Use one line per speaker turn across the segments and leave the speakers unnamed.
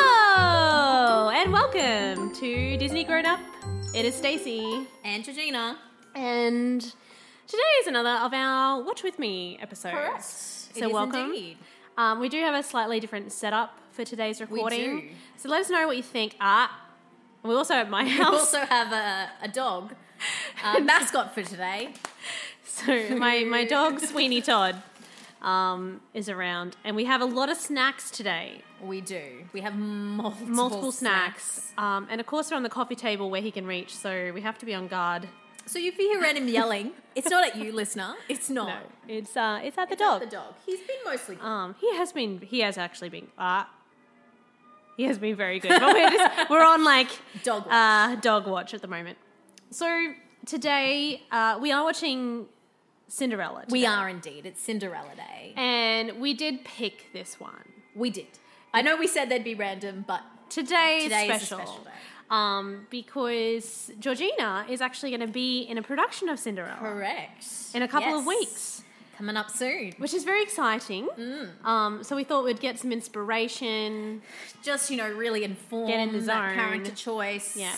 Hello and welcome to Disney Grown Up. It is Stacey
and Georgina.
and today is another of our Watch With Me episodes. So
It is
welcome.
indeed.
Um, we do have a slightly different setup for today's recording.
do.
So let us know what you think. Ah, we also at my
We
house.
also have a, a dog, Um, a mascot for today.
So my, my dog Sweeney Todd um, is around, and we have a lot of snacks today.
We do. We have multiple,
Multiple snacks, Um, and of course they're on the coffee table where he can reach. So we have to be on guard.
So if you hear random yelling, it's not at you, listener. It's not.
No, it's uh, it's at the
It's
dog.
at the dog. He's been mostly. good.
Um, he has been. He has actually been. Uh, he has been very good. But we're just we're on like
Dog watch.
uh, dog watch at the moment. So today uh, we are watching Cinderella.
we
today.
are indeed. It's Cinderella Day.
and we did pick this one.
we did. I know we said they'd be random, but
Today is
Today is a
special.
special day.
Um, because Georgina is actually going to be in a production of Cinderella
correct.
in a couple of
Yes.
weeks.
Coming up soon.
Which is very exciting.
Mm.
Um, so we thought we'd get some inspiration.
Just, you know, really inform
Get in the
that
zone.
character choice.
Yeah.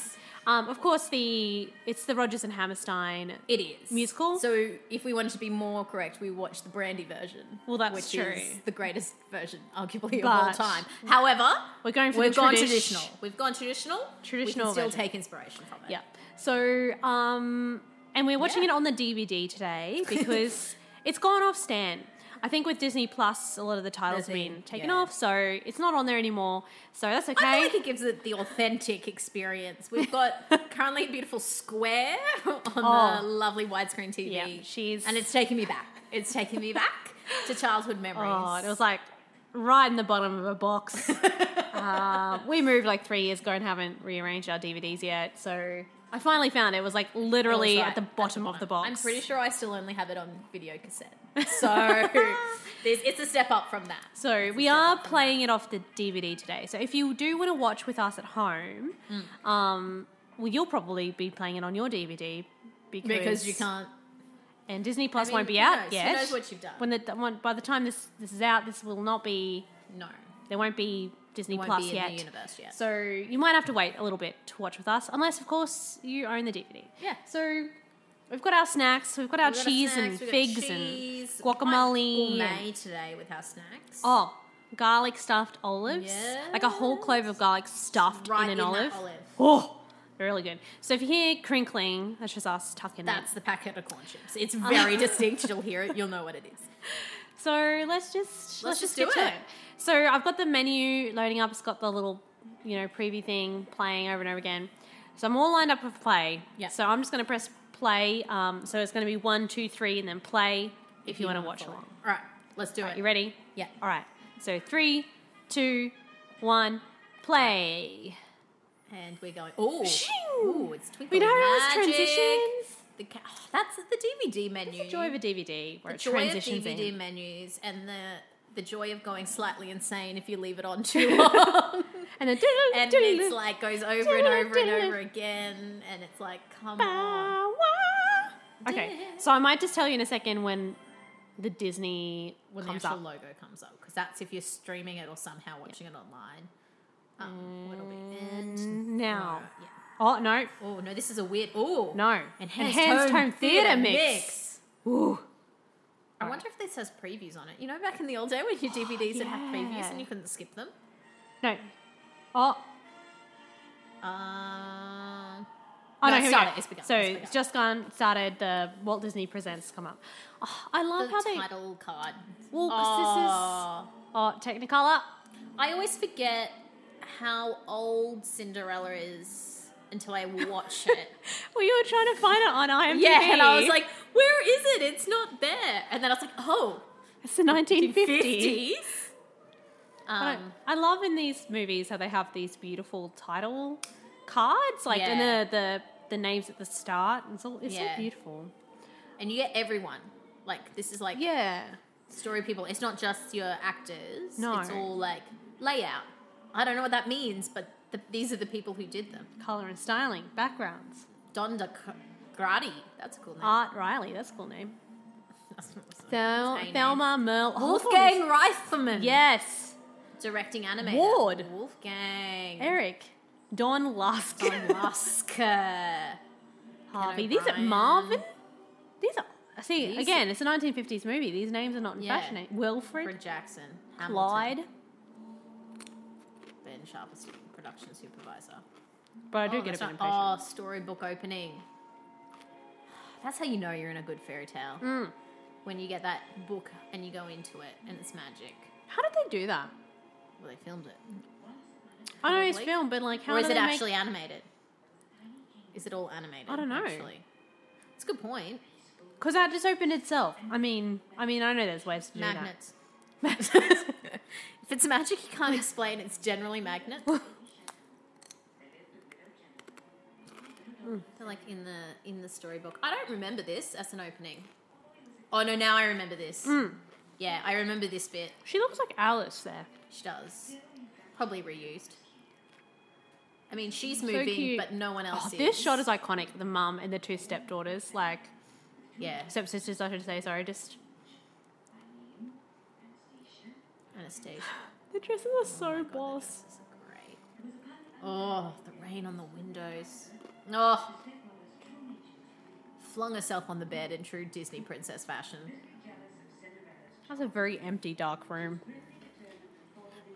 Um, of course, the it's the Rogers and Hammerstein.
It is
Musical?
So if we wanted to be more correct, we watched the Brandy version.
Well, that's
which
true.
is the greatest version, arguably of all
But-
time. However,
We're going for
we've
the
gone
tradish-
traditional. We've gone traditional.
Traditional
We can still
version.
take inspiration from it.
Yeah. So, um, and we're watching
Yeah.
it on the DVD today because it's gone off Stan. I think with Disney Plus, a lot of the titles have
There's a-
been taken
yeah.
off, so it's not on there anymore. So that's okay.
I feel like it gives it the authentic experience. We've got currently a beautiful square on
Oh.
the lovely widescreen TV.
Yeah, she's-
and it's taking me back. It's taking me back to childhood memories.
Oh, and it was like right in the bottom of a box. uh, we moved like three years ago and haven't rearranged our DVDs yet. So I finally found it, was like
It was
literally
like
at the bottom of the box.
I'm pretty sure I still only have it on video cassette. So there's, it's a step up from that.
So we are playing it off the DVD today. So if you do want to watch with us at home,
Mm.
um, well, you'll probably be playing it on your DVD because,
because you can't.
And Disney Plus
mean,
won't be
who
out
knows? Who
yet.
knows what you've done?
When the when, by the time this this is out, this will not be.
No,
There won't be Disney
won't
Plus
be in
yet.
the universe yet.
So you might have to wait a little bit to watch with us, unless of course you own the DVD.
Yeah.
So. We've got our snacks, we've got our
We've got our
cheese
snacks,
and
we've got
figs
cheese.
and guacamole.
Quite
and-
gourmet today with our snacks.
Oh, garlic stuffed olives. Like a whole
Yes.
clove of garlic stuffed
Right
in an
in
olive.
that olive.
Oh, really good. So if you hear crinkling, that's just us tucking
that's
that.
the packet of corn chips. It's very distinct. You'll hear it. You'll know what it is.
So let's just let's, just
just
get
do
to
it.
it. So I've got the menu loading up. It's got the little you know preview thing playing over and over again. So I'm all lined up for play.
Yeah.
So I'm just going to press play. Um, so it's going to be one, two, three, and then play if, you, want to
wanna
watch
follow.
along.
All right, let's do it.
You ready?
Yeah.
All right. So three, two, one, play.
And we're going. Oh,
Shing!
Ooh, it's twinkly
We don't have
magic.
transitions.
The ca- oh, that's the DVD menu.
The joy of a DVD where
the
it
joy of
transitions
DVD
in.
menus and the the joy of going slightly insane if you leave it on too long.
And then,
and it's like goes over and over and over again, and it's like, come on.
Okay, so I might just tell you in a second when the Disney
When the
comes
actual
up.
logo comes up, because that's if you're streaming it or somehow watching it online. Um, what'll be and
Now.
yeah.
Oh, no.
Oh no, this is a weird. Oh
No.
enhanced,
Enhanced
home,
Home
theater,
Theatre
mix.
Mix.
I wonder if this has previews on it. You know, back in the old day when your DVDs would have previews
yeah.
and you couldn't skip them.
No. Oh,
Um,
oh no,
No,
here we
start
go.
it. It's begun.
So
It's begun.
it's just gone, started, the Walt Disney Presents come up. Oh, I love how
the
they.
title card.
Well, 'cause this is-
Oh.
Oh, Technicolor.
I always forget how old Cinderella is until I watch it.
Well, you were trying to find it on IMDb.
yeah, and I was like, where is it? It's not there. And then I was like, oh,
it's the 1950s.
50s?
But
Um,
I love in these movies how they have these beautiful title cards, like and
Yeah.
the, the the names at the start. It's all it's
Yeah.
so beautiful.
and you get everyone. Like, this is like
Yeah,
story people. It's not just your actors.
No.
It's all like layout. I don't know what that means, but the, these are the people who did them.
color and styling, backgrounds.
Donda Grady. That's a cool name.
Art Riley, that's a cool name.
That's not- that's not-
Thel-
that's a name.
Thelma Merle.
Wolfgang Reitherman.
Yes.
Directing anime.
Ward.
Wolfgang.
Eric. Dawn Lusk.
Don Lusker.
Harvey. These are
O'Brien.
Marvin. These are. See,
These-
again, it's a 1950s movie. These names are not in
Yeah.
fashion. name. Wilfred.
Fred Jackson. Hamilton.
Clyde.
Ben Sharp is production supervisor.
But I do
oh,
get a
that's
bit
right.
impatient.
Oh, storybook opening. That's how you know you're in a good fairy tale.
Mm.
When you get that book and you go into it and it's magic.
How did they do that?
Well, they filmed it.
I know it's
Probably.
film, but like, how
or is
do
it
they
actually
Make...
animated? Is it all animated?
I don't know.
Actually, it's a good point.
Because that just opened itself. I mean, I mean, I know there's ways to do
Magnets. if it's magic, you can't explain. It's generally magnet. They're like in the in the storybook. I don't remember this as an opening. Oh no, now I remember this.
Hmm.
Yeah, I remember this bit.
that. She looks like Alice there.
She does. Probably reused. I mean, she's
So
moving,
cute.
but no one else
Oh,
is.
this shot is iconic. The mum and the two stepdaughters, like
yeah,
stepsisters, I should say. Sorry, just
Anastasia.
the dresses are
Oh
so boss.
This is great. Oh, the rain on the windows. Oh. Flung herself on the bed in true Disney princess fashion.
That's a very empty, dark room.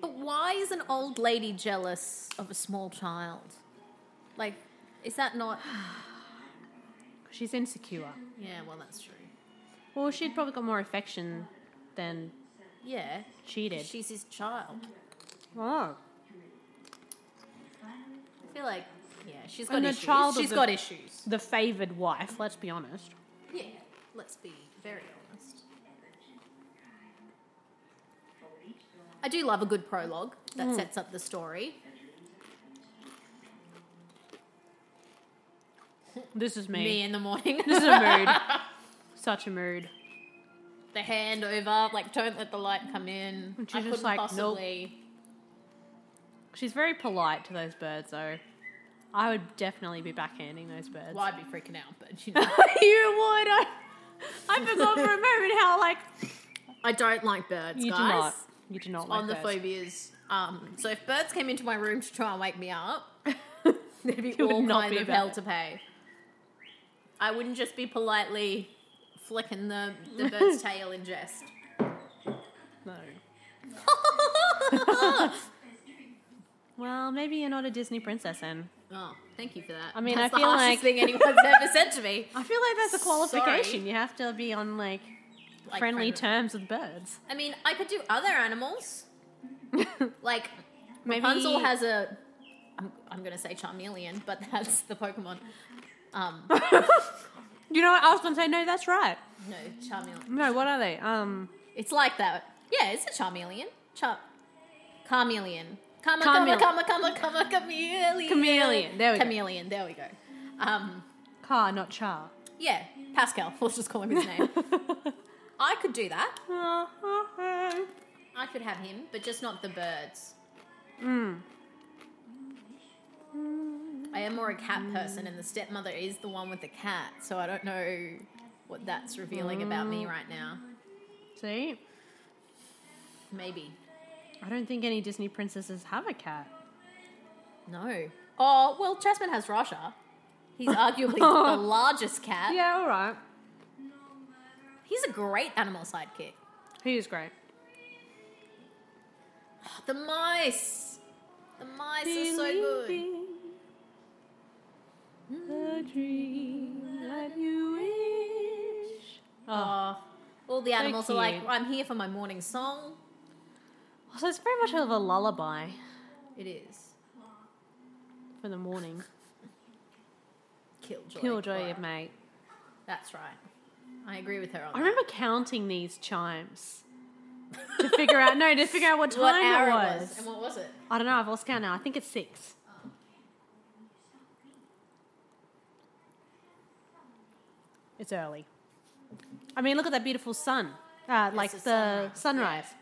But why is an old lady jealous of a small child? Like, is that not.
She's insecure.
Yeah, well, that's true.
Well, she'd probably got more affection than
Yeah.
cheated.
She's his child.
oh,
I feel like, yeah, she's got
And the
issues.
child of
She's
the-
got issues.
the favored wife. Let's be honest.
Yeah, let's be very honest. I do love a good prologue that
Mm.
sets up the story.
This is
Me
me.
in the morning.
This is a mood. Such a mood.
the hand over, like don't let the light come in.
And she's
I
just
couldn't
like, nope.
possibly.
She's very polite to those birds, though. I would definitely be backhanding those birds.
Well, I'd be freaking out, but you know,
you would. I, I forgot for a moment how like
I don't like birds,
you do
guys.
not. You do not like
on the
birds.
phobias. Um, so if birds came into my room to try and wake me up, there'd be
would
all
not
kind
be
of
about
hell
it.
to pay. I wouldn't just be politely flicking the, the bird's tail in jest.
No. Well, maybe you're not a Disney princess, then.
Oh, thank you for that.
I mean,
that's
I feel
the harshest
like-
thing anyone's ever said to me.
I feel like that's a qualification.
Sorry.
You have to be on like,
Like
friendly
friend-
terms with birds.
I mean, I could do other animals. like
Maybe
Rapunzel has a. I'm, I'm going to say Charmeleon, but that's the Pokemon. Um,
You know what? I was gonna say no. That's right.
no, Charmeleon.
No, what are they? Um,
It's like that. Yeah, it's a Charmeleon. Char- Carmeleon. Come on,
Carmel-
come on, come on, come on, chameleon.
Chameleon, there we go.
Chameleon, there we go. Um,
car, not char.
yeah, Pascal. Let's just call him his name. I could do that. I could have him, but just not the birds.
Hmm.
I am more a cat person, and the stepmother is the one with the cat, so I don't know what that's revealing about
Hmm.
me right now.
See,
Maybe.
I don't think any Disney princesses have a cat.
No. Oh, well, Jasmine has Rasha. He's arguably the largest cat.
Oh. Yeah, all right.
He's a great animal sidekick.
He is great.
Oh, The mice. The mice are so good.
The dream that you wish. Oh.
Oh, all the animals are like,
cute.
I'm here for my morning song.
So it's very much of a lullaby.
It is.
for the morning.
Killjoy.
Killjoy,
Alright.
mate.
That's right. I agree with her on
I
that.
remember counting these chimes to figure out no to figure out what time
what hour
it was.
and what was it?
I don't know. I've lost count now. I think it's six. It's early. I mean, look at that beautiful sun. Uh, like the
the sunrise,
sunrise.
yeah.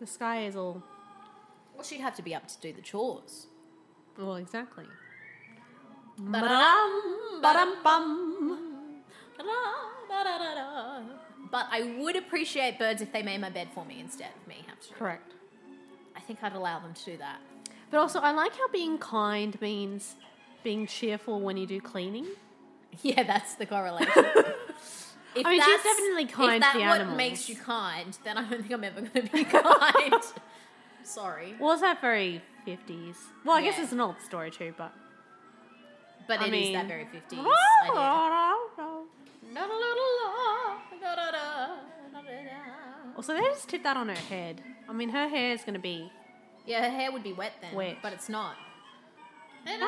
The sky is all.
Well, she'd have to be up to do the chores.
Well, exactly.
Ba-dum,
Ba-dum, bum.
But I would appreciate birds if they made my bed for me instead of me have to. do it.
Correct.
I think I'd allow them to do that.
But also, I like how being kind means being cheerful when you do cleaning.
Yeah, that's the correlation. If
I mean, she's
that's-
definitely kind to
If that
the
what
animals.
makes you kind, then I don't think I'm ever going to be kind. Sorry,
Well, is that very 50s? Well, I guess
Yeah.
it's an old story too, but.
but
I
it is
mean-
that very fifties. idea.
Also, they just tip that on her head. I mean, her hair is going to be.
Yeah, her hair would be wet then,
Wet.
but it's not.
Mate.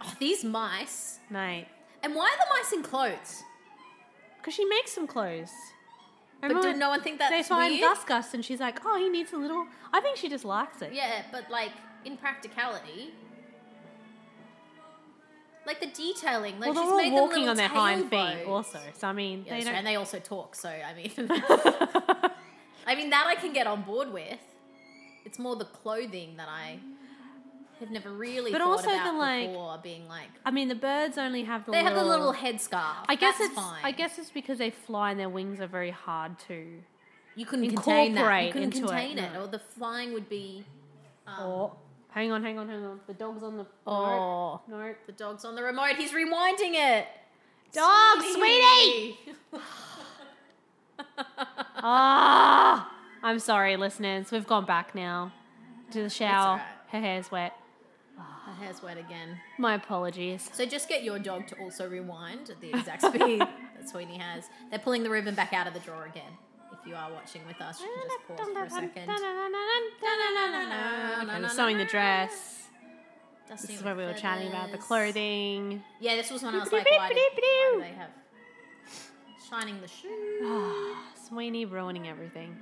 Oh, these mice. And why are the mice in clothes?
Because she makes some clothes.
But did no one think that's
They find
weird?
Gus Gus and she's like, oh, he needs a little. I think she just likes it.
Yeah, but like in practicality, like the detailing. Like
well,
she's
they're
made
all
them
walking
little
on their
tail
hind feet,
bows.
also. So, I mean, they
Yeah, that's
don't.
right, and they also talk. So I mean, I mean that I can get on board with. It's more the clothing that I have never really
But
thought
also
about
the, like-
before, being like
I mean, the birds only have the
they
little.
have the little headscarf.
I guess
That's
it's.
fine.
I guess it's because they fly and their wings are very hard to.
you couldn't contain that. You
incorporate
couldn't
into it,
contain it,
no.
or the flying would be.
oh, hang on, hang on, hang on. The dog's on the.
Oh.
no, no.
The dog's on the remote. He's rewinding it.
Dog, sweetie. Ah, I'm sorry, listeners. We've gone back now to the shower.
alright.
Her hair's wet.
Her hair's wet again.
My apologies.
So just get your dog to also rewind at the exact speed that Sweeney has. They're pulling the ribbon back out of the drawer again. If you are watching with us, you can just pause for a second.
And sewing the dress.
Dusting
This
of
is where we were chatting about the
feathers.
clothing.
Yeah, this was when I was like, why, did, why do they have shining the shoe?
Sweeney ruining everything.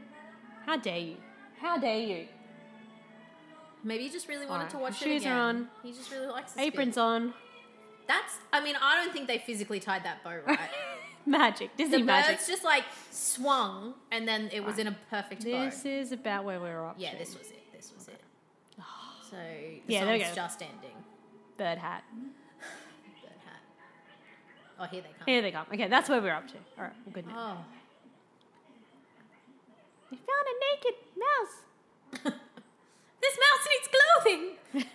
How dare you? How dare you?
Maybe he just really wanted
Alright,
to watch
shoes
it
are
again.
on.
He just really likes this
Aprons
bit.
on.
That's. I mean, I don't think they physically tied that bow right.
Magic.
the
Disney magic.
birds just like swung, and then it was in a perfect bow.
This is about where we're up
Yeah,
to.
this was it. This was it. So the
Yeah, there we go.
song's just ending.
Bird hat.
Bird hat. Oh, here they come.
Here they come. Okay, that's where we're up to. All right, we're good now.
Oh,
We found a naked mouse.
this mouse needs clothing.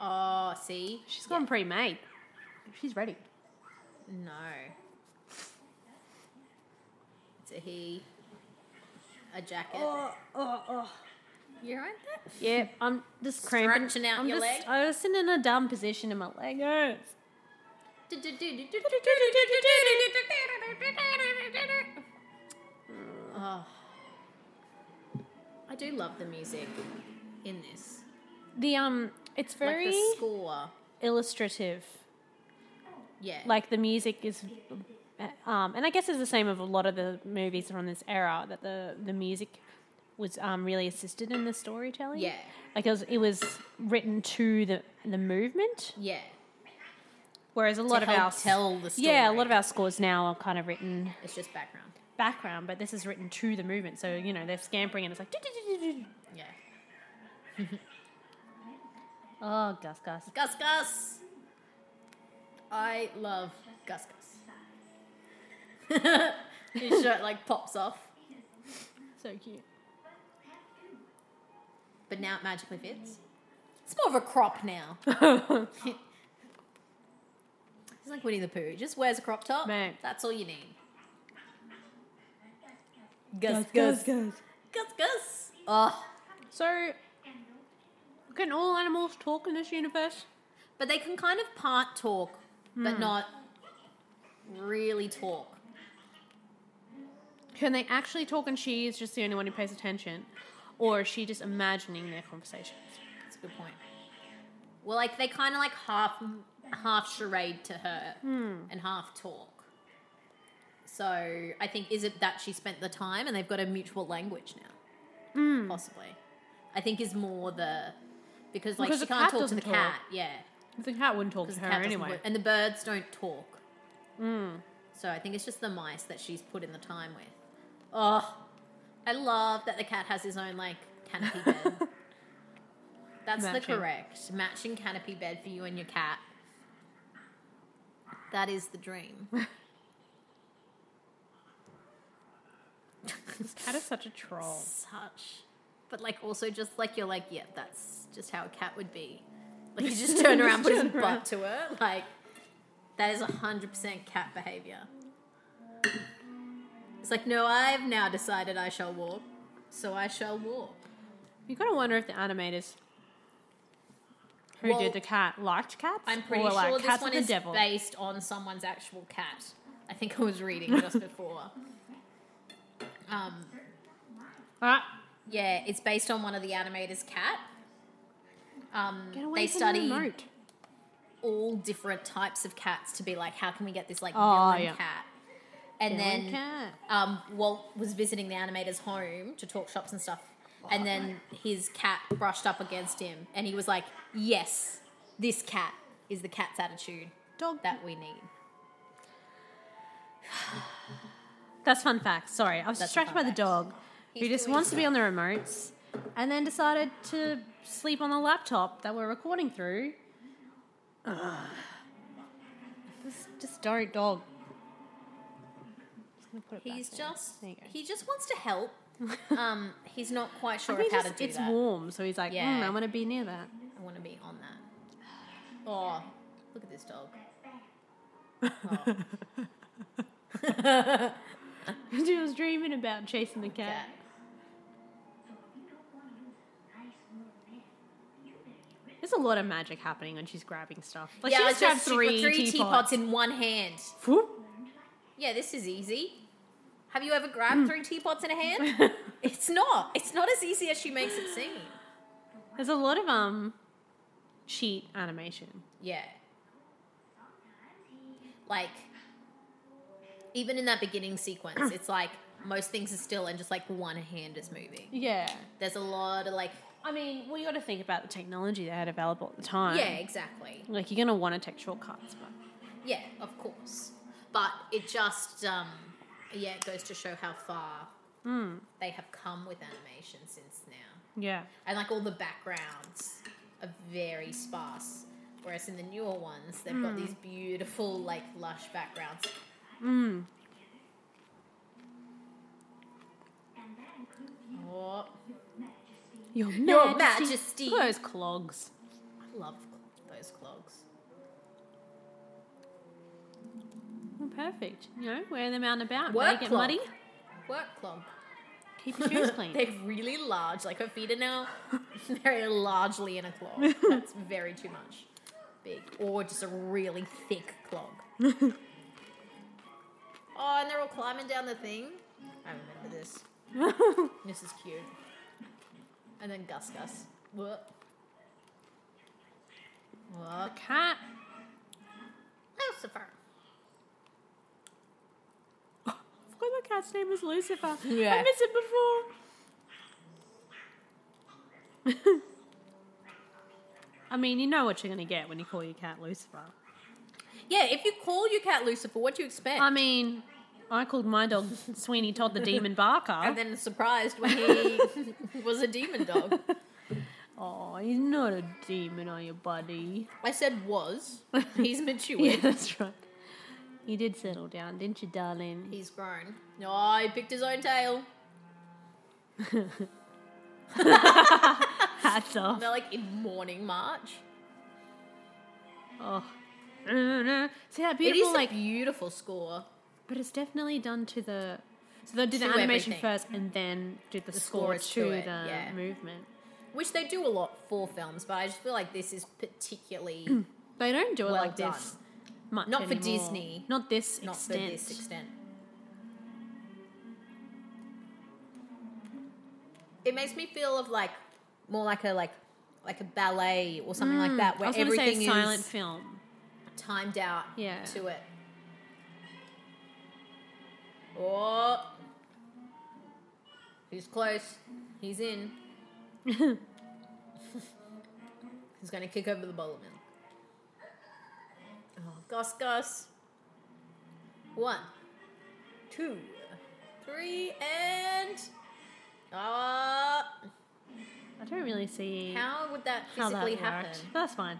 oh, see,
She's gone pre-made. She's ready.
no, it's a he. A jacket.
Oh.
oh, You're right there.
Yeah, I'm just cramping.
Stretching out
I'm
your
just,
leg?
I was sitting in a dumb position in my leg. hurts.
Oh. I do love the music in this.
The um, it's very
Like the score.
illustrative.
Yeah.
Like the music is, um, and I guess it's the same of a lot of the movies from this era that the the music was um, really assisted in the storytelling.
Yeah.
like it was it was written to the the movement,
yeah.
whereas a lot of
help
our
tell the
yeah a lot
story.
of our scores now are kind of written
It's just background.
background, but this is written to the movement. So, you know, they're scampering and it's like. "Do-do-do-do-do."
Yeah.
Oh, Gus Gus.
Gus Gus. I love Gus Gus. His shirt like pops off,
So cute.
but now it magically fits. It's more of a crop now. He's like Winnie the Pooh. He just wears a crop top.
Mate.
That's all you need.
Gus Gus
Gus Gus.
Gus.
Gus Gus. Oh,
So, can all animals talk in this universe?
but they can kind of part talk, Hmm. but not really talk.
Can they actually talk and she is just the only one who pays attention? Or is she just imagining their conversations?
That's a good point. Well, like they kind of like half half charade to her
Hmm.
and half talk. So I think is it that she spent the time and they've got a mutual language now,
Hmm.
possibly. I think is more the because like
Because
she
the
can't
cat
talk to
doesn't
the
talk.
cat, yeah,
The cat wouldn't talk to
because the
her
cat doesn't
anyway. Mm.
work- and the birds don't talk. So I think it's just the mice that she's put in the time with. Oh, I love that the cat has his own like canopy bed. That's the
Matching.
correct matching canopy bed for you and your cat. That is the dream.
Cat is such a troll.
Such, but like also just like you're like, yeah, that's just how a cat would be. Like you just turn around, put his
Turn around.
butt to it. Like that is hundred percent cat behavior. It's like, no, I've now decided I shall walk, so I shall walk.
You gotta wonder if the animators who
Well,
did the cat liked cats.
I'm pretty
or
sure
like
this
cats are
one
the
is
devil.
based on someone's actual cat. I think I was reading just before. Um,
Ah,
yeah, it's based on one of the animators' cat. Um,
get away
they
from
study
the remote.
all different types of cats to be like, how can we get this like
Oh,
villain
yeah.
cat? And
Villain
then
cat.
Um, Walt was visiting the animator's home to talk shops and stuff, and then his cat brushed up against him, and he was like, "Yes, this cat is the cat's attitude
Dog.
that we need."
That's fun fact. Sorry, I was
That's a
distracted by
fun
the
fact.
dog who
He's
just
doing
wants to be on the remotes and then decided to sleep on the laptop that we're recording through. Ugh. Just, just don't dog. Just gonna put it back
He's
there.
just
There you go.
he just wants to help. um, he's not quite
I
sure of
think
how
just-
to do
it's
that.
warm, so he's like,
Yeah.
mm, I want to be near that.
I want to be on that. Oh, look at this dog. Oh,
she was dreaming about chasing the cat.
cat.
There's a lot of magic happening when she's grabbing stuff. Like
yeah,
she
I
just grabbed
she put
three, teapots.
in one hand.
Whoop.
Yeah, this is easy. Have you ever grabbed three teapots in a hand? it's not. It's not as easy as she makes it seem.
There's a lot of um cheat animation.
Yeah. Like, even in that beginning sequence, it's like most things are still and just like one hand is moving.
Yeah.
There's a lot of like,
I mean, well, you got to think about the technology they had available at the time.
yeah, exactly.
Like you're gonna want to take shortcuts, but
Yeah, of course. But it just, um, yeah, it goes to show how far they have come with animation since now.
yeah.
and like all the backgrounds are very sparse. Whereas in the newer ones, they've got these beautiful, like lush backgrounds. Oh,
Your Majesty.
Your Majesty.
Look at those clogs.
I love those clogs.
Well, perfect. You know, wear them out and about.
Work
they get
clog.
muddy.
Work clog.
Keep your shoes clean.
They're really large. Like her feet are now very largely in a clog. That's very too much. Big. Or just a really thick clog. oh, and they're all climbing down the thing. I remember this. this is cute. And then Gus Gus. Whoop. Whoop.
Cat.
Lucifer.
I forgot the cat's name was Lucifer.
Yeah.
I missed it before. I mean, you know what you're gonna get when you call your cat Lucifer.
Yeah, if you call your cat Lucifer, what do you expect?
I mean, I called my dog Sweeney Todd the Demon Barker.
and then surprised when he was a demon dog.
oh, he's not a demon, are you, buddy?
I said was. He's matured.
Yeah, that's right. You did settle down, didn't you, darling?
He's grown. No, oh, he picked his own tail.
Hats off.
They're like in mourning march.
Oh. See that
It is
beautiful,
a
like,
beautiful score.
but it's definitely done to the. So they did the
To
animation
everything.
first and then did the, score,
score is
to,
to
the
it, yeah.
movement.
Which they do a lot for films, but I just feel like this is particularly
They don't do it
Well
like this
done.
much
Not for
anymore.
Disney.
Not this
not for
extent.
this extent. it makes me feel of like more like a like like a ballet or something like that
Mm. I
where
was going to say
everything
a
is
silent film.
timed out
Yeah.
to it. Oh, he's close. He's in. he's going to kick over the bowl of milk. Oh, Gus, Gus. One, two, three, and ah.
I don't really see how,
how would that
that
physically
worked.
happen?
That's fine.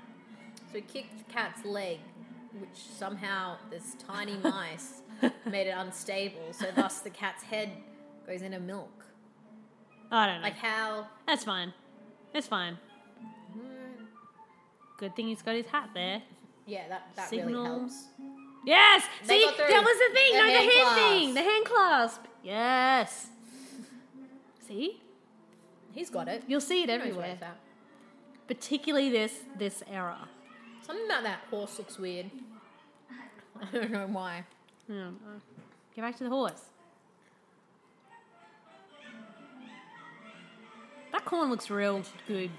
So he kicked the cat's leg, which somehow this tiny mice made it unstable. So thus the cat's head goes into milk.
I don't know.
Like how?
That's fine. It's fine. Good thing he's got his hat there.
Yeah, that that
Signal.
really helps.
Yes.
They
See,
got through.
that was the thing.
The
no, the
hand
hand
clasp.
thing. The hand clasp. Yes. See,
He's got it.
you'll see it
He knows where
everywhere.
it's at.
Particularly this this era.
Something about that horse looks weird. I don't know why.
I don't know. Get back to the horse. That corn looks real good.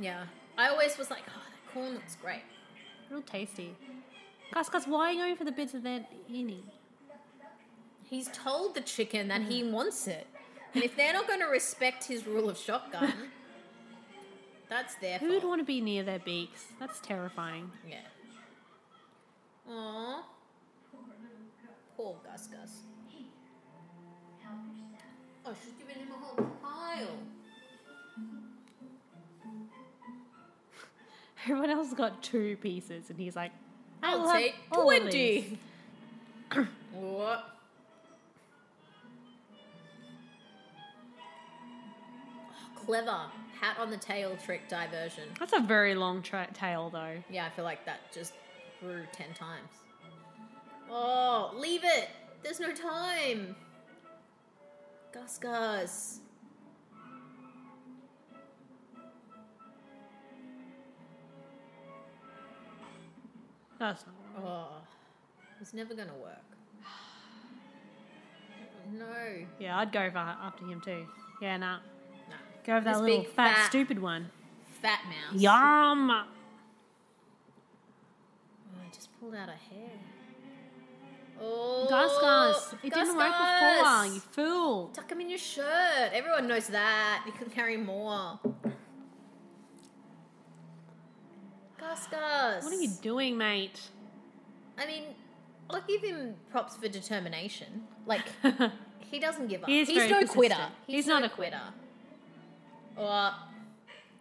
Yeah, I always was like, oh, that corn looks great.
Real tasty. Gus, Gus, why are you going for the bits that they're eating?
He's told the chicken that he
Mm.
wants it, and if they're not going to respect his rule of shotgun, that's their
Who would
fault.
want to be near their beaks? That's terrifying.
Yeah. Aww. Poor Gus Gus. Oh, she's giving him a whole pile.
Everyone else got two pieces, and he's like,
I'll,
have
take
all of these."
20. what? Clever. Hat on the tail trick diversion.
That's a very long tra- tail, though.
Yeah, I feel like that just grew 10 times. Oh, leave it! There's no time! Gus Gus.
That's not right.
Oh, it was never gonna work. No.
Yeah, I'd go for after him, too. Yeah, nah.
No.
Go for that
This
little
big,
fat,
fat-
stupid one.
Fat mouse.
Yum!
Oh, I just pulled out a hair. Oh.
Gus, Gus, it didn't work before,
Gus.
you fool.
Tuck them in your shirt. Everyone knows that. You can carry more. Gus Gus.
What are you doing, mate?
I mean, I'll give him props for determination. Like, he doesn't give up.
He is
He's,
very
no
persistent.
quitter.
He's not
no
a quitter.
Or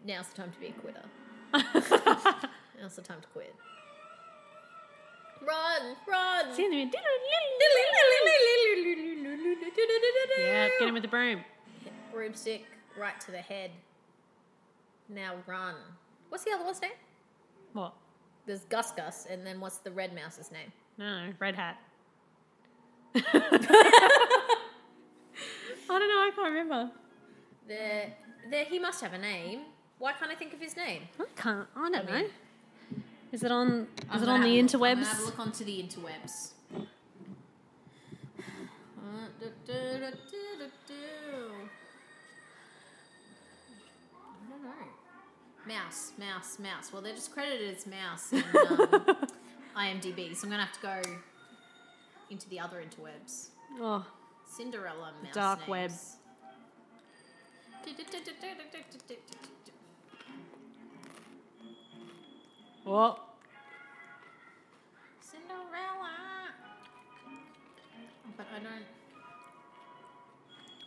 now's the time to be a quitter. now's the time to quit. Run, run.
See in the minute. Yeah, get him with the broom.
Broomstick right to the head. Now run. What's the other one's name?
What?
There's Gus Gus, and then what's the red mouse's name?
No, red hat. I don't know. I can't remember.
The, the, he must have a name. Why can't I think of his name?
I can't. I don't know. Is it on? Is
I'm
it
gonna
on the
have a look. I'm gonna
interwebs?
Have a look onto the interwebs. I don't know. Mouse, mouse, mouse. Well, they're just credited as mouse in um, IMDb, so I'm gonna have to go into the other interwebs.
Oh,
Cinderella mouse
dark web.
names.
oh,
Cinderella. But I don't.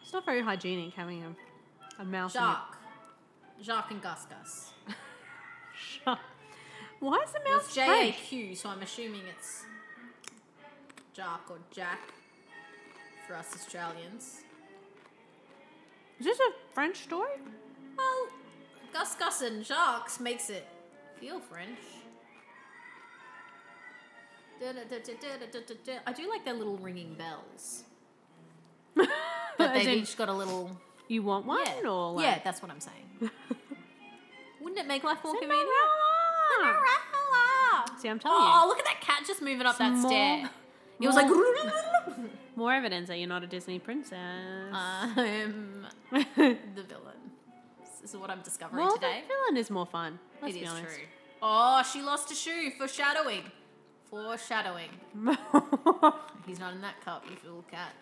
it's not very hygienic having a, a mouse. in your-
Jacques. Jacques and Gus Gus.
Shark. Why is the mouse
It's J A
French?
Q, so I'm assuming it's Jacques or Jack for us Australians.
Is this a French story?
Well, Gus Gus and Jacques makes it feel French. I do like their little ringing bells. But
As
they've
in,
each got a little.
you want one
Yeah,
or like?
yeah that's what I'm saying. Wouldn't it make life more convenient?
Cinderella.
Cinderella.
See, I'm telling
oh,
you.
look at that cat just moving up that
Small-
stair. It was
more-
like.
More evidence that you're not a Disney princess.
Uh, I'm the villain. This is what I'm discovering
well,
today.
the villain is more fun. Let's
It
be
is
honest.
true. Oh, she lost a shoe. Foreshadowing. Foreshadowing. He's not in that cup, you fool cat.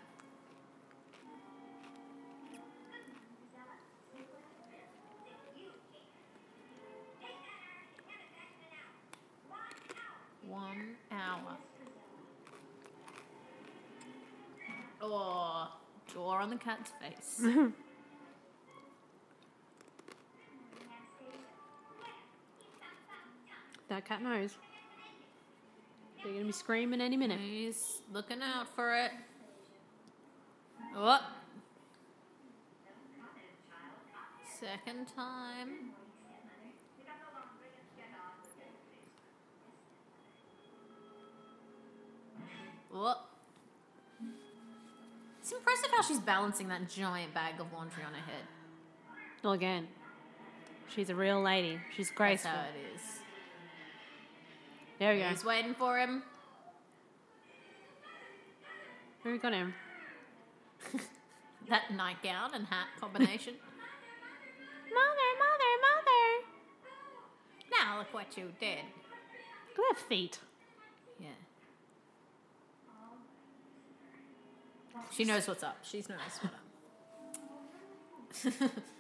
One hour. Oh, jaw on the cat's face.
that cat knows. They're gonna be screaming any minute.
He's looking out for it. Oh. Second time. Oh. It's impressive how she's balancing that giant bag of laundry on her head.
Well, again, she's a real lady. She's
Mm. That's
graceful.
how it is.
There we go.
He's waiting for him.
We got him.
That nightgown and hat combination.
Mother, mother, mother.
now look what you did.
Look at their feet.
Yeah. She knows what's up. She knows what's up.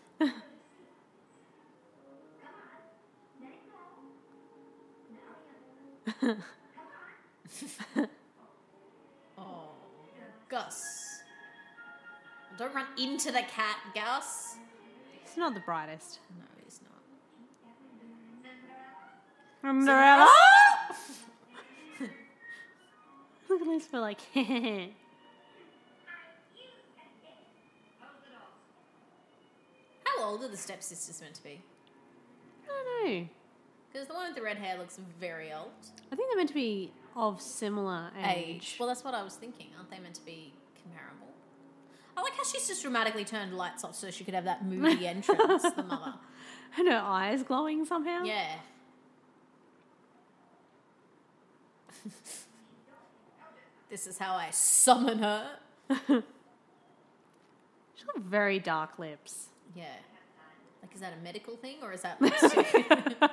oh, Gus. Don't run into the cat, Gus.
It's not the brightest.
No, he's not.
Cinderella. Look at this for like.
How old are the stepsisters meant to be?
I don't know.
Because the one with the red hair looks very old.
I think they're meant to be of similar age.
age. Well, that's what I was thinking. Aren't they meant to be comparable? I like how she's just dramatically turned lights off so she could have that moody entrance, the mother.
and her eyes glowing somehow.
Yeah. this is how I summon her.
She's got very dark lips.
Yeah. Like, is that a medical thing or is that lipstick? oh,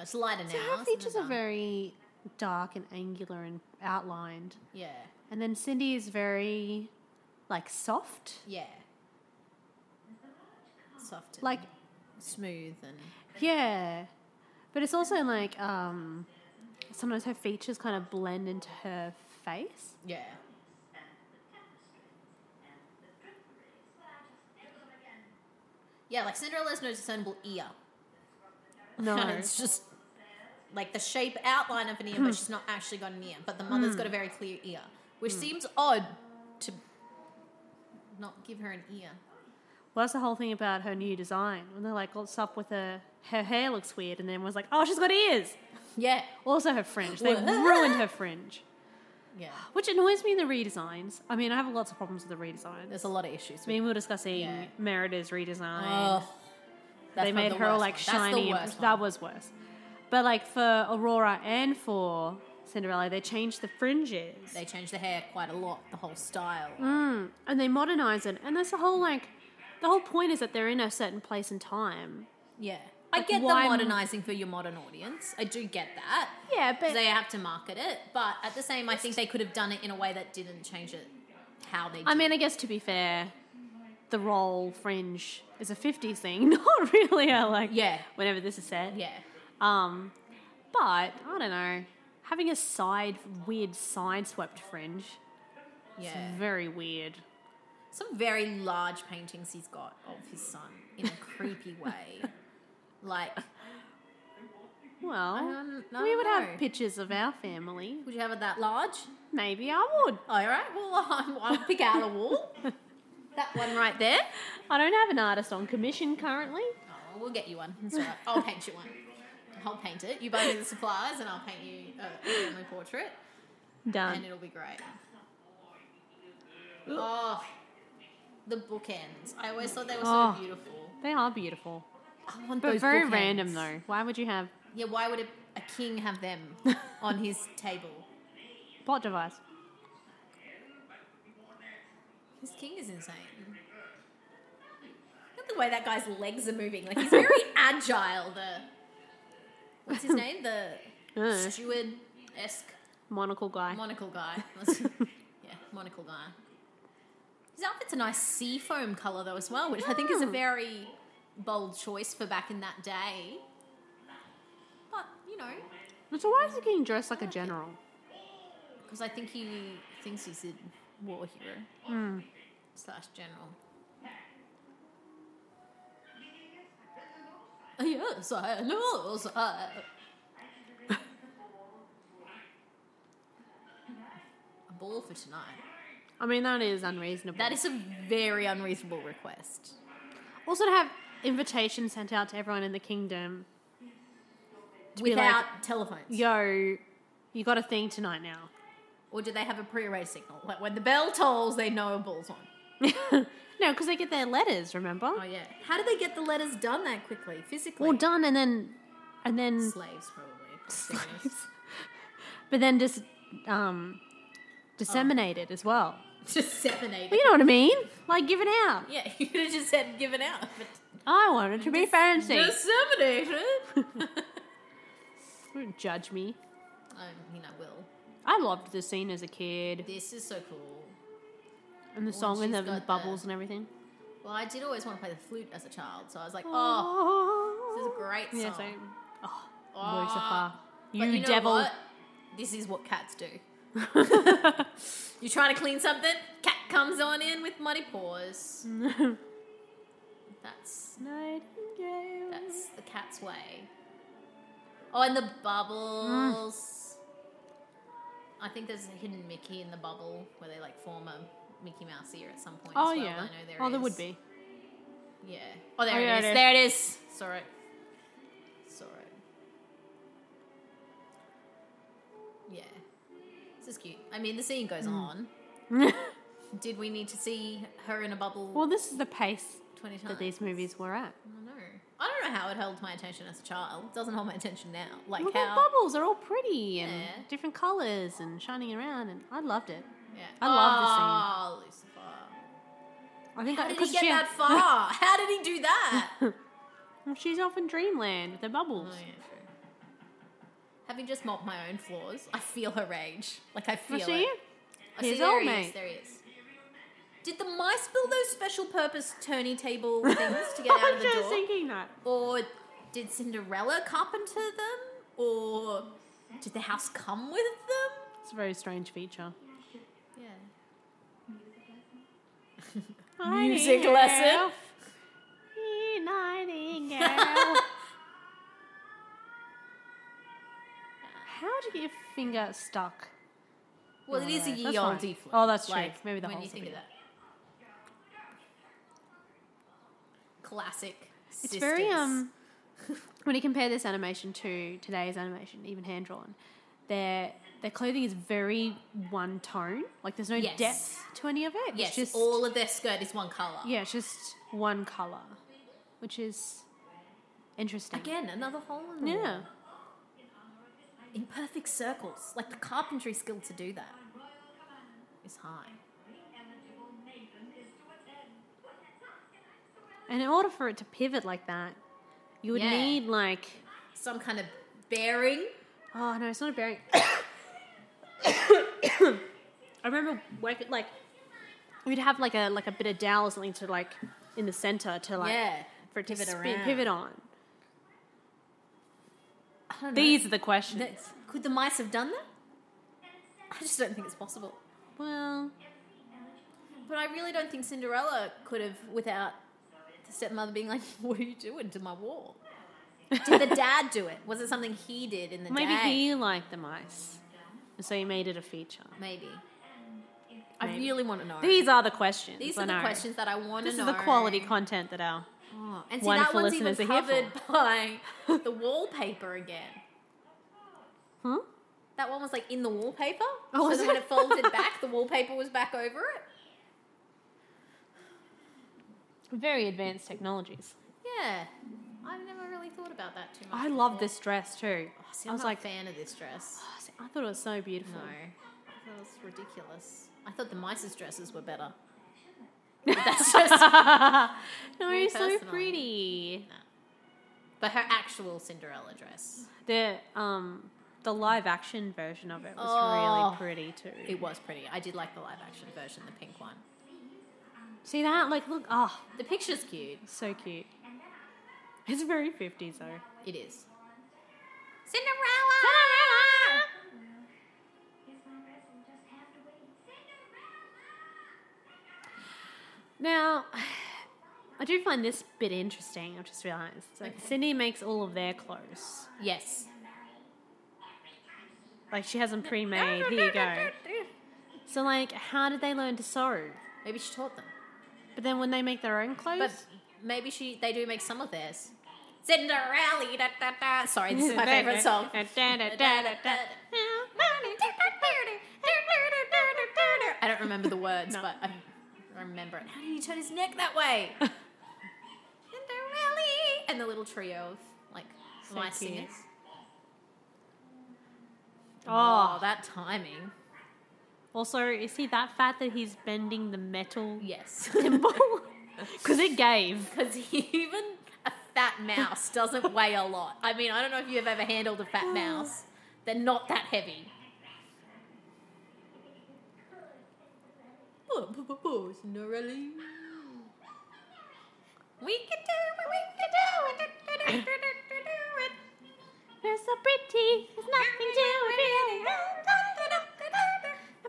it's lighter now.
So her
isn't
features
it
are
done?
very dark and angular and outlined.
Yeah.
And then Cindy is very like soft.
Yeah. Soft. And
Like
smooth and.
yeah. But it's also like um sometimes her features kind of blend into her face.
Yeah. Yeah, like Cinderella's no discernible ear.
No.
it's just like the shape outline of an
Hmm.
ear, but she's not actually got an ear. But the mother's got a very clear ear, which
Hmm.
seems odd to not give her an ear.
Well, that's the whole thing about her new design. When they're like, what's up with her? Her hair looks weird. And then was like, oh, she's got ears.
Yeah.
Also, her fringe. They
What?
ruined her fringe.
Yeah.
Which annoys me in the redesigns. I mean, I have lots of problems with the redesigns.
There's a lot of issues.
I mean, we were discussing
Yeah.
Merida's redesign.
Oh, that's
they
not
made
the
her all
worst
like
one.
shiny. and-
That's the worst
that
one.
was worse. But like for Aurora and for Cinderella, they changed the fringes
They changed the hair quite a lot, the whole style.
and they modernized it. And that's the whole like, the whole point is that they're in a certain place and time.
Yeah.
Like,
I get the
why-
modernizing for your modern audience. I do get that.
Yeah,
'Cause
but
they have to market it, but at the same, I think they could have done it in a way that didn't change it how they. Did.
I mean, I guess to be fair, the roll fringe is a 50s thing, not really a like,
Yeah.
whenever this is said.
yeah,
Um, but I don't know. Having a side, weird side swept fringe,
yeah.
very weird.
Some very large paintings he's got of his son in a creepy way, like
Well,
don't- I
we
don't
would
know.
have pictures of our family.
would you have it that large? Oh,
Maybe I would.
All right, well, I'm, I'll pick out a wall. that one right there.
I don't have an artist on commission currently.
Oh, we'll get you one. That's all right. I'll paint you one. I'll paint it. You buy me the supplies, and I'll paint you a family portrait.
Done.
and it'll be great. Oh, the bookends. I always thought they were so
Oh.
beautiful.
They are beautiful,
I want
but
those
very
bookends.
random though. Why would you have?
Yeah, why would a, a king have them on his table?
Plot device.
This king is insane. Look at the way that guy's legs are moving. Like he's very agile. The what's his name? The
Uh,
steward esque
monocle guy.
monocle guy. That's- yeah, monocle guy. His outfit's a nice sea foam color though as well, which I think is a
Mm.
very bold choice for back in that day. But you know,
so why is the king dressed like a general?
because I think he thinks he's a war hero slash general. Yes, I know. I... a ball for tonight.
I mean, that is unreasonable.
That is a very unreasonable request.
also to have invitations sent out to everyone in the kingdom. be
Without telephones.
Yo, you got a thing tonight now.
Or do they have a pre array signal? Like when the bell tolls, they know a ball's on.
No, because they get their letters. Remember?
Oh, yeah. How did they get the letters done that quickly? Physically?
All done, and then, and then,
Slaves, probably.
Slaves. but then just um, disseminated
Oh.
as well.
Disseminated.
You know what I mean? Like give it out.
Yeah, you could have just said given out. But
I wanted to be fancy.
disseminated.
Don't judge me.
I mean, I will.
I loved the scene as a kid,
This is so cool.
and the song, and the,
she's
and the
got
bubbles,
the-
and everything.
Well, I did always want to play the flute as a child, so I was like, oh, this is a great song.
Yeah, so, oh,
Oh.
Lucifer, you,
But know
devil.
what? This is what cats do. You're trying to clean something, cat comes on in with muddy paws. that's
Nightingale.
that's the cat's way. Oh, and the
Mm.
bubbles. I think there's a hidden Mickey in the bubble where they like form a Mickey Mouse ear at some point.
Oh
as well. I
yeah.
know there
oh, there
is.
would be.
Yeah. Oh, there
Oh,
it
yeah,
is.
it is.
There it is. It's all right. It's all right. Yeah. This is cute. I mean, the scene
Mm.
goes on. Did we need to see her in a bubble
Well, this is the pace
20 times?
that these movies were at.
I don't know. I don't know how it held my attention as a child. It doesn't hold my attention now. Like
Well, the
how.
bubbles are all pretty and
Yeah.
different colors and shining around, and I loved it.
Yeah.
I love
the scene.
I think
How
I,
did he
because
get
she
that far? how did he do that?
Well, she's off in dreamland with the bubbles.
Oh, yeah, true. Having just mopped my own floors, I feel her rage. Like I feel
Well, see?
it. I see
Here's
there
old
he is.
mate.
There he is. Did the mice build those special purpose turny table things to get out
I'm
of the
just
door,
thinking that.
or did Cinderella carpenter them, or did the house come with them?
It's a very strange feature.
Yeah.
Music
lesson.
Nightingale. How do you get your finger stuck?
Well, it is a
Alright,
ye
that's
olde
fine.
flute.
Oh, that's true. Maybe the
when you
holes will
think
be
of that. Classic.
It's very
sisters.
um. When you compare this animation to today's animation, even hand drawn, their their clothing is very one tone. Like there's no
Yes.
depth to any of it.
Yes,
it's just
all of their skirt is one color.
yeah, it's just one color, which is interesting.
Again, another hole in the
Yeah,
wall. In perfect circles. Like the carpentry skill to do that is high.
and in order for it to pivot like that, you would
Yeah.
need like
Some kind of bearing.
oh no, it's not a bearing. I remember working like we'd have like a like a bit of dowel or something to like in the center to like
yeah.
for it to
Pivot
pivot,
around.
pivot on.
I don't know.
These are the questions.
That- could the mice have done that? I just don't think it's possible.
well,
But I really don't think Cinderella could have without the stepmother being like, What are you doing to my wall? Did the dad do it? Was it something he did in the
maybe
day?
he liked the mice, and so he made it a feature.
Maybe. I
Maybe.
really want to know.
These are the questions.
These
I
are the
know.
questions that I want to
This
know.
is the quality content that our
Oh, and see, that
wonderful
one's even
listeners are here
covered by the wallpaper again.
huh?
That one was like in the wallpaper.
Oh,
so
was
then when
it?
it folded back, the wallpaper was back over it.
Very advanced technologies.
Yeah. I've never really thought about that too much.
I love
before.
this dress too.
See,
I
I'm
was
not
like,
a fan of this dress.
"Oh, see, I thought it was so beautiful.
No. was ridiculous. I thought the mice's dresses were better. But that's just.
No,
Very
so
personal.
pretty.
but her actual Cinderella dress.
The um the live action version of it was
Oh.
really pretty too.
It was pretty. I did like the live action version, the pink one.
See that? Like look oh
The picture's cute.
so cute. It's very fifties though.
It is. Cinderella!
Now I do find this bit interesting, I've just realised. Like
Okay.
Cindy makes all of their clothes.
Yes.
Like she has them pre made. Here you go. So like how did they learn to sew?
Maybe she taught them.
But then when they make their own clothes
But maybe she they do make some of theirs. Cinderella, da, da, da. Sorry, this is my favorite song. I don't remember the words,
No.
but I remember it. How did he turn his neck that way? Cinderella! And the little trio of like
So
my
cute.
singers. Oh,
Oh,
that timing.
also, is he that fat that he's bending the metal
Yes.
symbol? Because it gave.
Because even a fat mouse doesn't weigh a lot. I mean, I don't know if you've ever handled a fat mouse. They're not that heavy. Oh, po- po- po, Cinderella. We can do it, we can do it. do, do, do, do, do, do it.
They're so pretty. There's nothing to it.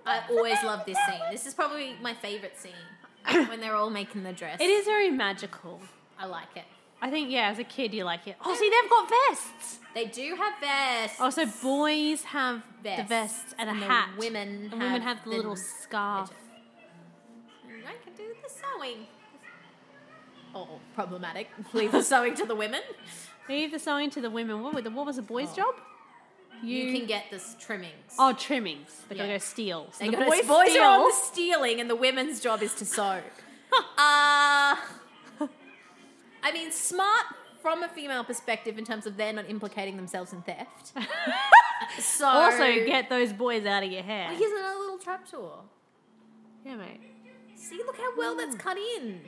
I always love this scene. This is probably my favourite scene when they're all making the dress.
It is very magical.
I like it.
I think, yeah, as a kid, you like it. Oh, see, they've got vests.
They do have vests.
Also, boys have the
Vests.
vests and a
And the
hat.
women
the women
have
have the
the
little
n-
scarf.
I can do the sewing. Oh, problematic. Leave the sewing to the women.
Leave the sewing to the women. What, were the, what was the boys'
Oh.
job?
You, can get the s- trimmings.
Oh, trimmings. They gotta
Yeah.
go steal. So
they
the
got
boys,
boys, boys are on
steal.
the stealing, and the women's job is to sew. uh, I mean, smart from a female perspective in terms of they're not implicating themselves in theft. so
Also, get those boys out of your hair.
here's another little trapdoor.
yeah, mate.
See, look how well
Mm.
that's cut in.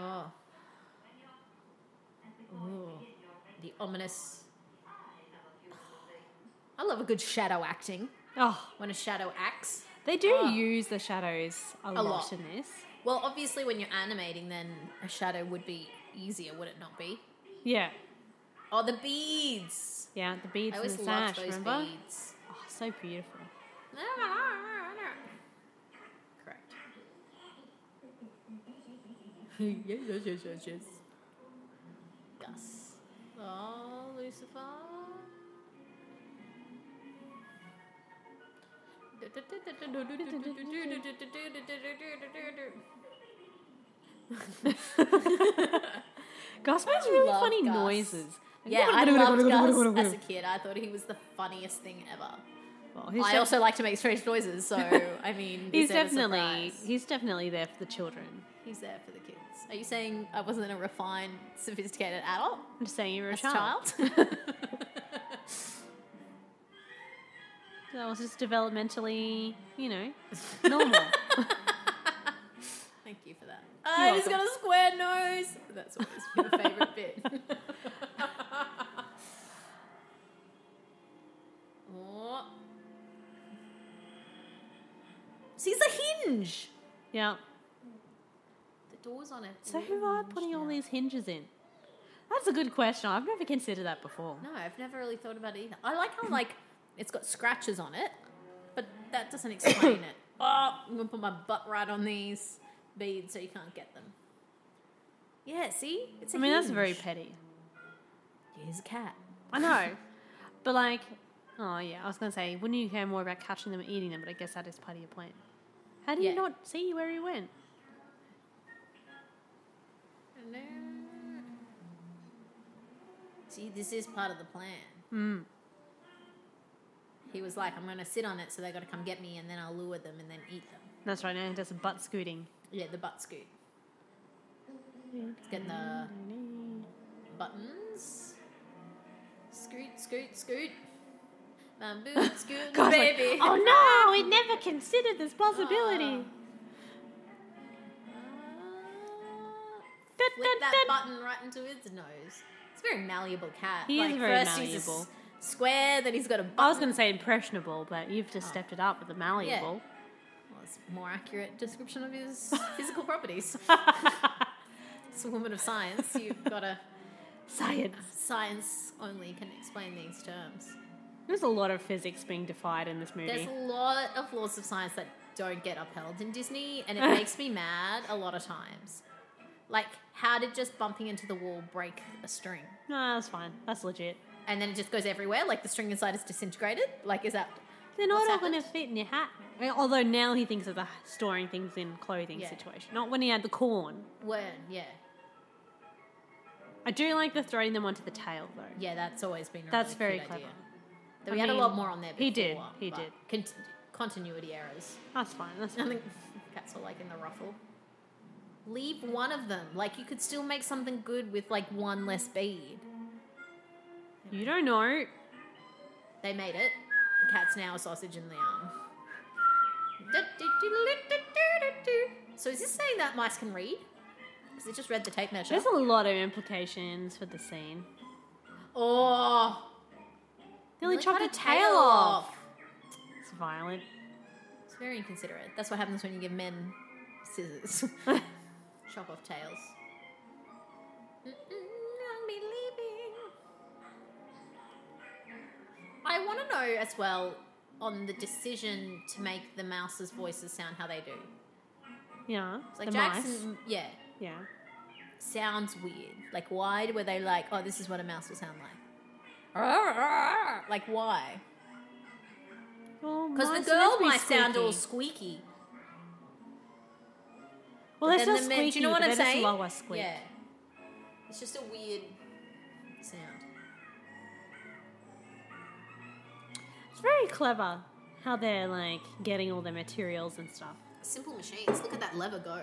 Oh. Ooh. The ominous. I love a good shadow acting.
Oh,
When a shadow acts.
they do use the shadows a, lot,
Oh. lot.
in this.
Well, obviously, when you're animating, then a shadow would be easier, would it not be?
Yeah,
Oh, the beads.
yeah. The beads
I
and
always
the
love
sash.
those
Remember?
beads.
Oh, so beautiful.
Correct. yes, yes, yes, yes, yes. Gus. Oh, Lucifer.
Gus makes really
love
funny
Gus.
noises.
Yeah, I loved Gus as a kid. I thought he was the funniest thing ever.
Well, he's
I
def-
also like to make strange noises, so I mean,
he's
is it a
definitely
surprise?
he's definitely there for the children.
He's there for the kids. Are you saying I wasn't a refined, sophisticated adult?
I'm just saying, you were a
As
child.
child?
That was just developmentally, you know, normal.
Thank you for that. I just got
welcome.
a square nose. That's always your favourite bit. oh. See, it's a hinge.
yeah.
The door's on it.
So who are putting all these hinges in? That's a good question. I've never considered that before.
No, I've never really thought about it either. I like how like it's got scratches on it, but that doesn't explain it.
Ah.
Oh, I'm gonna put my butt right on these beads so you can't get them. Yeah, see, it's. I
I mean, that's very petty.
Here's a cat.
I know. but like, oh yeah, I was going to say, wouldn't you care more about catching them and eating them? But I guess that is part of your plan. How do
Yeah.
you not see where he went?
See, this is part of the plan.
Hmm.
He was like, "I'm gonna sit on it, so they gotta come get me, and then I'll lure them and then eat them."
That's right, now he does a butt scooting.
Yeah, the butt scoot. Let's get the buttons. Scoot, scoot, scoot. Bamboo, scoot,
God, like,
baby.
oh no, we never considered this
Oh.
possibility. Dun,
Ah, Flip
dun,
that
dun.
button right into his nose. It's a very malleable cat.
He is
Like,
very
first he's a s-
malleable.
square, then he's got a button. Oh.
I was going to say impressionable, but you've just stepped it up with the malleable.
Well, it's a more accurate description of his physical properties. it's a woman of science. You've got a
Science.
science only can explain these terms.
There's a lot of physics being defied in this movie.
There's a lot of laws of science that don't get upheld in Disney, and it makes me mad a lot of times. Like, how did just bumping into the wall break a string?
No, that's fine. That's legit.
And then it just goes everywhere. Like the string inside is disintegrated. Like, is that
They're not
What's
all going to fit in your hat. Although now he thinks of the storing things in clothing
Yeah.
situation. Not when he had the corn.
when? Yeah,
I do like the throwing them onto the tail though.
yeah. That's always been a
That's
really
very
cute
clever.
Idea. Though
I
we had
mean,
a lot more on there. Before,
he did, he
but
did.
cont- continuity errors.
That's fine. That's
I
fine.
think cats were like in the ruffle. Leave one of them. Like you could still make something good with like one less bead.
You don't know.
They made it. The cat's now a sausage in the arm. So is this saying that mice can read? Because it just read the tape measure.
There's a lot of implications for the scene.
Oh,
Nearly
they
chopped
cut
a
a
tail off. It's violent.
It's very inconsiderate. That's what happens when you give men scissors. Chop off tails. Mm-mm, I'll be leaving. I want to know as well on the decision to make the mouse's voices sound how they do.
Yeah.
It's like
the mice.
Jackson, mm, yeah,
Yeah.
sounds weird. Like why were they like, oh, this is what a mouse will sound like? Like why?
Well,
Because
mice
the
are meant
girl
to be
might sound all
squeaky.
squeaky.
Well, they're still
Then the men-
squeaky.
do you know what
but
I'm
they're just
saying?
Lower squeak.
Yeah. It's just a weird sound.
It's very clever how they're like getting all the materials and stuff.
Simple machines. Look at that lever go.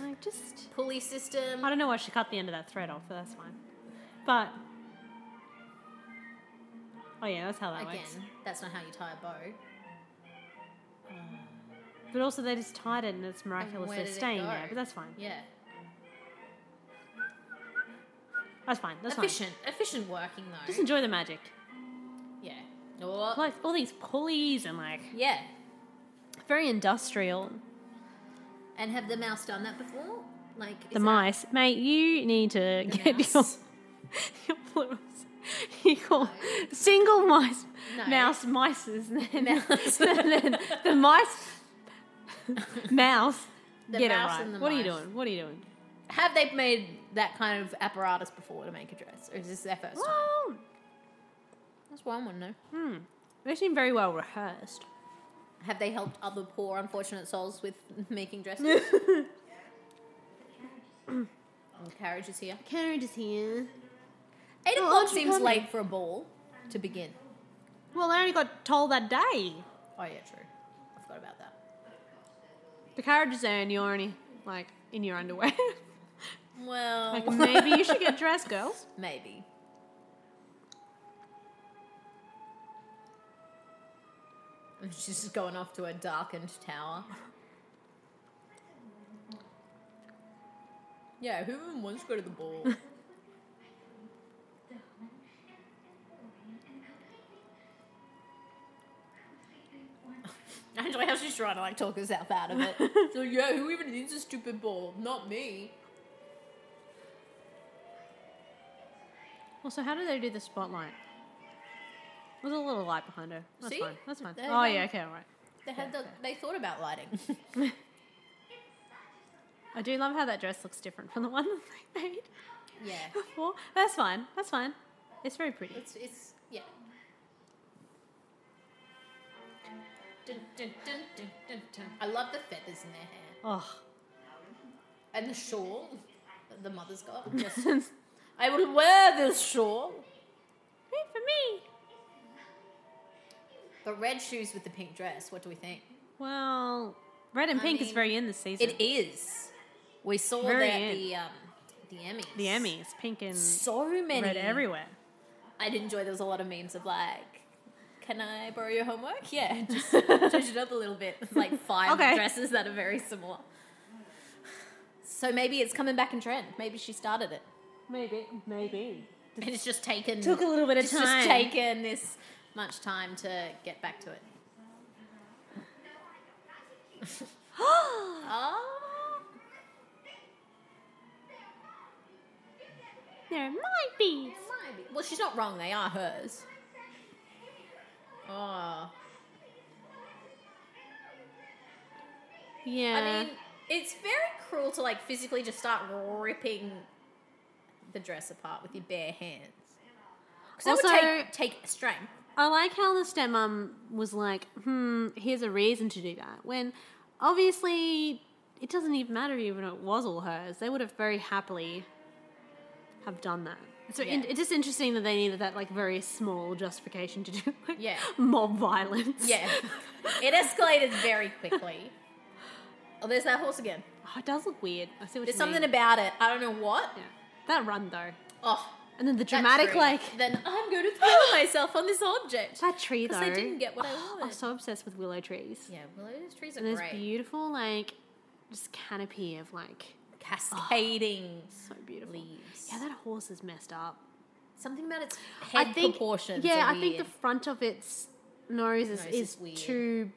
Like just
Pulley system.
I don't know why she cut the end of that thread off, but that's fine. But Oh yeah, that's how that
Again,
works.
that's not how you tie a bow.
But also they just tied it and it's miraculous
Where
they're
did it
staying
go?
there, but that's fine.
Yeah.
That's fine. That's
efficient. Efficient working though.
fine. Just enjoy the magic.
yeah. Oh.
Like all these pulleys and like
Yeah.
very industrial.
And have the mouse done that before? Like is
the
that
mice. Mate, you need to
the
get your
mouse?
your plurals. You call single mice,
No.
mouse, mices, and then,
Mouse.
and then the mice, mouse.
The
get
mouse
it right.
and the
what are you
mice.
doing? What are you doing?
Have they made that kind of apparatus before to make a dress, or is this their first time?
Well,
That's one one, no.
they seem very well rehearsed.
Have they helped other poor, unfortunate souls with making dresses? Oh, carriage is here.
Carriage is here.
Eight
Oh,
o'clock
aren't you
seems
coming?
late for a ball to begin.
Well, they only got told that day.
Oh yeah, true. I forgot about that.
The carriage is there, and you're only like in your underwear.
Well,
like maybe you should get dressed, girls.
maybe. And She's just going off to a darkened tower. Yeah, who even wants to go to the ball? I enjoy how she's trying to like talk herself out of it. so yeah, who even needs a stupid ball? Not me.
Also, how do they do the spotlight? There's a little light behind her. That's
See?
fine. That's fine.
There you
Oh yeah,
go.
okay, all right.
They had the, they thought about lighting.
I do love how that dress looks different from the one that they made
yeah,
before. That's fine. That's fine. It's very pretty.
it's it's yeah. Dun, dun, dun, dun, dun, dun. I love the feathers in their hair
Oh,
and the shawl that the mother's got. Just, I will wear this shawl.
great for me.
The red shoes with the pink dress. What do we think?
Well, red and
I
pink is
mean,
very in this season.
It is. We saw
Very
that
in.
the um, the Emmys.
The Emmys, pink and
So many
red everywhere.
I I did enjoy there was a lot of memes of like, can I borrow your homework? Yeah, just change it up a little bit. It's like five
Okay.
dresses that are very similar. So maybe it's coming back in trend. Maybe she started it.
Maybe, maybe.
And it's just taken
Took a little bit of
it's
time.
just taken this much time to get back to it. oh,
There might be.
maybe. Well, she's not wrong. They are hers. Oh.
Yeah.
I mean, it's very cruel to like physically just start ripping the dress apart with your bare hands. Because that
Also-
would take, take strength.
I like how the stepmom was like, hmm, here's a reason to do that. When obviously it doesn't even matter even if it was all hers. They would have very happily have done that. So in-
Yeah.
it's just interesting that they needed that like very small justification to do like
Yeah.
mob violence.
Yeah. it escalated very quickly. Oh, there's that horse again.
Oh, it does look weird. I see what
There's
you mean.
something about it. I don't know what.
yeah. that run though.
Oh.
And then the
that
dramatic
tree.
like
Then I'm going to throw myself on this object.
that tree though.
Because I didn't get what I
I'm
wanted.
so obsessed with willow trees.
Yeah, well, those trees are
And this
great.
beautiful like just canopy of like
Cascading.
so beautiful.
Leaves.
Oh. Yeah, that horse is messed up.
Something about its head proportions.
Yeah,
are
I think the
weird.
front of its nose is,
Nose
is,
is weird.
too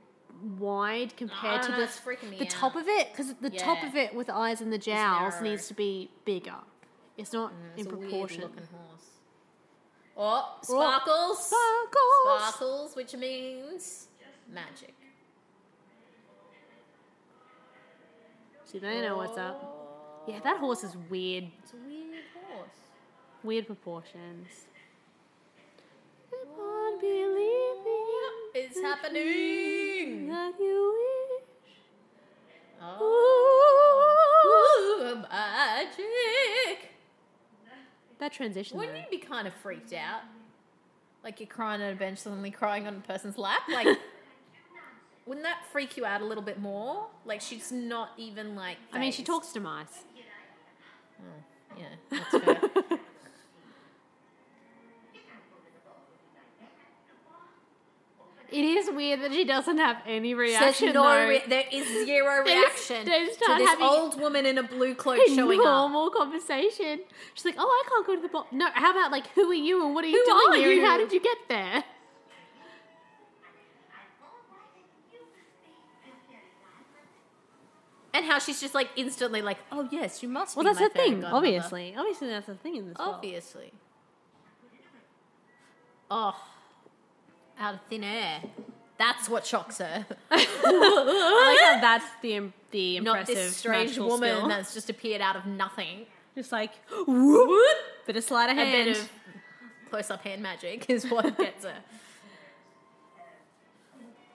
wide compared
I
to
don't know,
the,
it's freaking me
the top
out.
of it because the top
Yeah.
of it with the eyes and the jowls
narrow. Mm,
needs to be bigger. It's not in
It's a
proportion.
Weird looking horse. Oh, sparkles.
Sparkles.
Sparkles, which means magic.
See, they know what's up. Yeah, that horse is weird,
It's a weird horse.
weird proportions. Keep on believing
It's happening.
that you wish.
Oh, magic.
That transition.
Wouldn't
though.
you be kind of freaked out? Like you're crying on a bench, suddenly crying on a person's lap? Like, wouldn't that freak you out a little bit more? Like, she's not even like.
I mean, she
phased.
talks to mice.
Yeah, that's fair.
It is weird that she doesn't have any reaction.
There's no
though.
re- there is zero
They just-
reaction
they just
to
start
this
having
old woman in a blue cloak
a
showing up.
normal conversation. She's like, "Oh, I can't go to the bar." No, how about like, "Who are you and what are you
Who
doing
are
here and how
you?
did you get there?"
And how she's just like instantly like, oh yes, you must.
Well,
be
that's
my
the thing.
fairy godmother."
Obviously, obviously, that's the thing in this. world.
obviously. Oh, out of thin air. That's what shocks her.
I like how that's the im- the
Not
impressive
this strange
magical
woman
skill.
that's just appeared out of nothing.
just like whoop, whoop, bit of sleight of
A
hand.
bit of close-up hand magic is what gets her.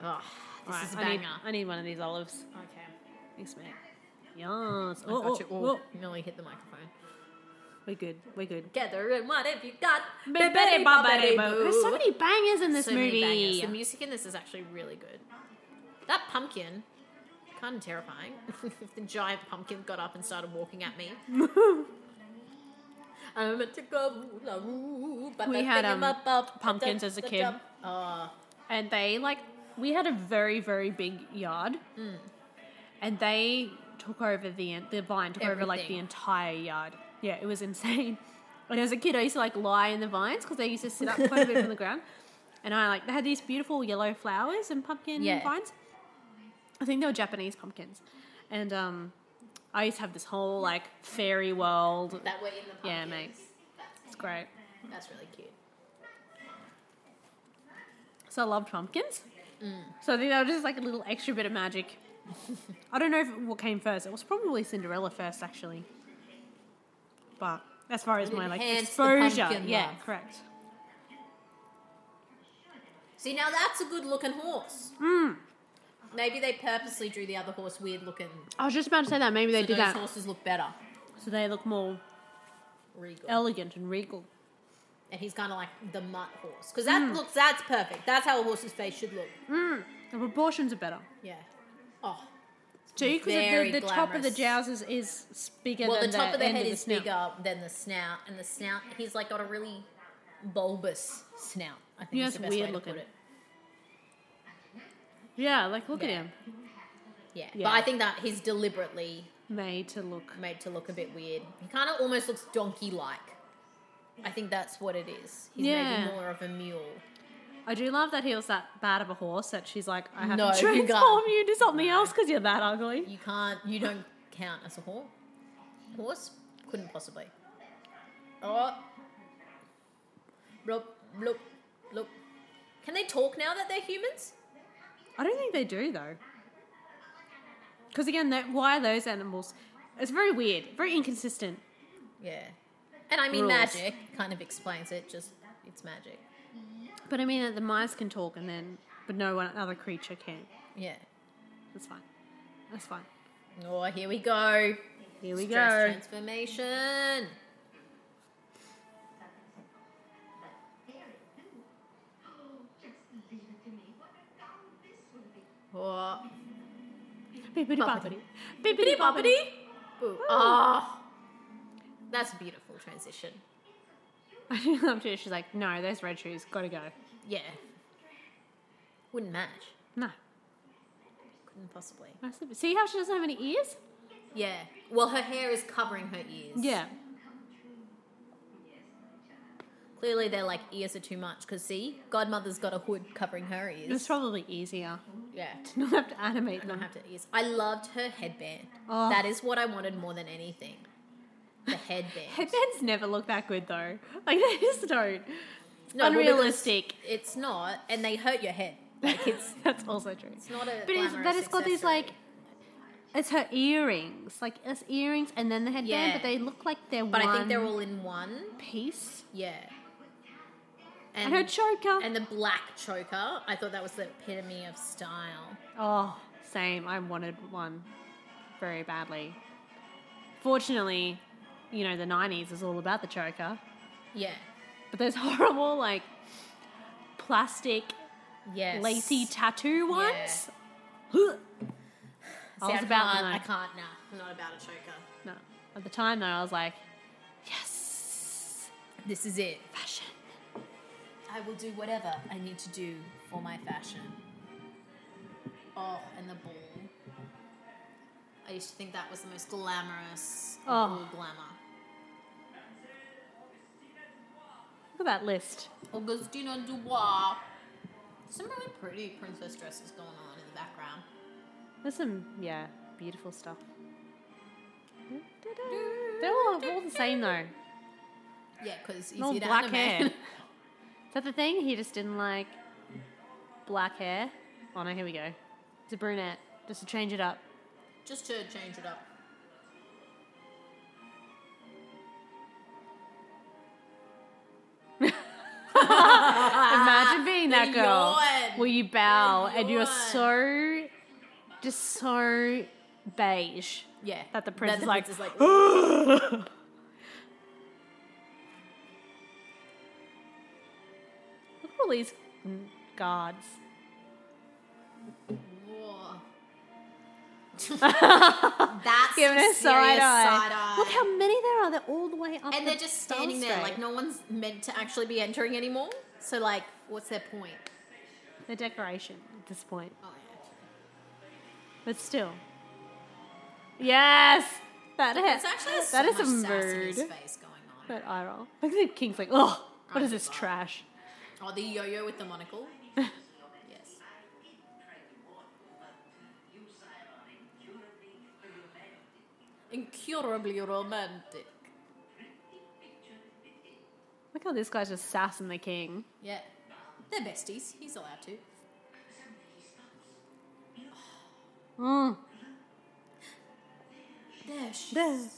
Oh, this
Right,
is a
I
banger.
need, I need one of these olives.
okay.
Thanks, mate. Yes. Oh,
I got you.
oh,
Oh,
oh.
nearly hit the microphone.
We're good. We're good.
Together and what have you got?
There's so many bangers in this
So many
movie.
bangers. The music in this is actually really good. That pumpkin, kind of terrifying. if the giant pumpkin got up and started walking at me. I'm a tickaboo, but
We
that
had, um,
thingamabob-
pumpkins as a kid.
Oh,
and they like we had a very very big yard,
Hmm.
and they took over the en- the vine took over like the
Everything.
entire yard. Yeah, it was insane. When I was a kid, I used to like lie in the vines because they used to sit up quite a bit from the ground, and I like they had these beautiful yellow flowers and pumpkin
Yeah.
vines. I think they were Japanese pumpkins, and um, I used to have this whole like fairy world.
that way in the pumpkins.
Yeah, mate. It's great.
That's really cute.
So I love pumpkins.
Mm.
So I think that was just like a little extra bit of magic. I don't know if what came first. It was probably Cinderella first, actually. But as far as
It
my like
enhanced the
exposure,
pumpkin
yeah,
love.
correct.
See, now that's a good looking horse.
Hmm.
Maybe they purposely drew the other horse weird looking.
I was just about to say that maybe they
so
did
those
that
horses look better.
so they look more
Regal.
elegant and regal.
and he's kind of like the mutt horse because that
Mm.
looks that's perfect. That's how a horse's face should look.
The proportions are better.
Yeah. Oh.
Too because
Very
the, the top of the jowls
glamorous.
is, is bigger
Well,
than
the top of the
end
head
the
is
snout.
bigger than the snout, and the snout he's like got a really bulbous snout. I think
Yeah,
is the
it's
best
weird
way to
looking.
put it.
Yeah, like look at
Yeah.
him.
Yeah.
Yeah.
but I think that he's deliberately
Made to look.
made to look a bit weird. He kind of almost looks donkey-like. I think that's what it is. He's
Yeah.
maybe more of a mule.
I do love that he was that bad of a horse that she's like, I have
No,
to
you
transform
can't.
you into something else because you're that ugly.
You can't. You don't count as a horse. Horse couldn't possibly. Oh, look, look, look. Can they talk now that they're humans?
I don't think they do though. Because again, that why are those animals? It's very weird, very inconsistent.
Yeah. And I mean,
Rules.
magic kind of explains it. Just it's magic.
But I mean, that the mice can talk, and then but no one other creature can.
Yeah.
That's fine. That's fine.
Oh, here we go.
Here we
Stress
go.
transformation. Oh,
Bippity boppity.
Boppity.
Bippity boppity.
Ooh. oh, that's a beautiful transition.
I do love to. She's like, no, those red shoes gotta go.
Yeah, wouldn't match.
No,
Couldn't possibly.
That's the- see how she doesn't have any ears?
Yeah. Well, her hair is covering her ears.
Yeah.
Clearly, they're like ears are too much. Cause see, Godmother's got a hood covering her ears.
It's probably easier
yeah.
to not have to animate
I don't
them.
have to ears. I loved her headband.
Oh.
That is what I wanted more than anything. The headband.
Headbands never look that good though. Like they just don't. It's
No, well, because
unrealistic.
It's not, and they hurt your head. Like it's
That's also true. It's
not a
But it's,
glamorous
that it's got these like.
accessory.
It's her earrings, like it's earrings, and then the headband,
Yeah.
but they look like they're
but
one
I think they're all in one.
piece.
Yeah.
And, her choker.
and the black choker. I thought that was the epitome of style.
oh, same. I wanted one very badly. Fortunately, you know the '90s is all about the choker,
Yeah.
but those horrible like plastic
Yes.
lacy tattoo ones.
See,
I was
I
about
can't,
to
I
know.
can't. Nah, I'm not about a choker.
No. At the time, though, I was like, yes,
This is it.
fashion.
I will do whatever I need to do for my fashion. Oh, and the ball. I used to think that was the most glamorous of
Oh.
all glamour.
Look at that list.
Augustina Dubois. Some really pretty princess dresses going on in the background.
There's some, yeah, beautiful stuff. They're all, all the same, though.
Yeah, because easy
They're all
to
black
animate.
hair. Is that the thing? He just didn't like black hair. Oh no, here we go. It's a brunette, just to change it up.
Just to change it up. Ah,
Imagine being that
they
girl.
yawn.
Will you bow?
They
And you're
yawn.
so, just so beige.
Yeah.
That the prince is like,
prince like,
Look at all these mm, guards.
"Whoa." That's
Giving
some
us side
serious
eye.
side-eye.
Look how many there are. They're all the way up.
and
the
they're just standing
stairs
there,
straight.
like no one's meant to actually be entering anymore. So, like, what's their point?
They're decoration at this point,
Oh, yeah.
but still. Yes, that
It's actually has
that
so
is
much
a
sass in his
mood.
face going on.
That eye roll. Look at the king's like, oh, what
I
is this
love it.
trash?
Oh, the yo-yo with the monocle. yes. Incurably romantic.
Look how this guy's just sassing the king.
Yeah. They're besties. He's allowed to.
Mm.
There she
There.
stands.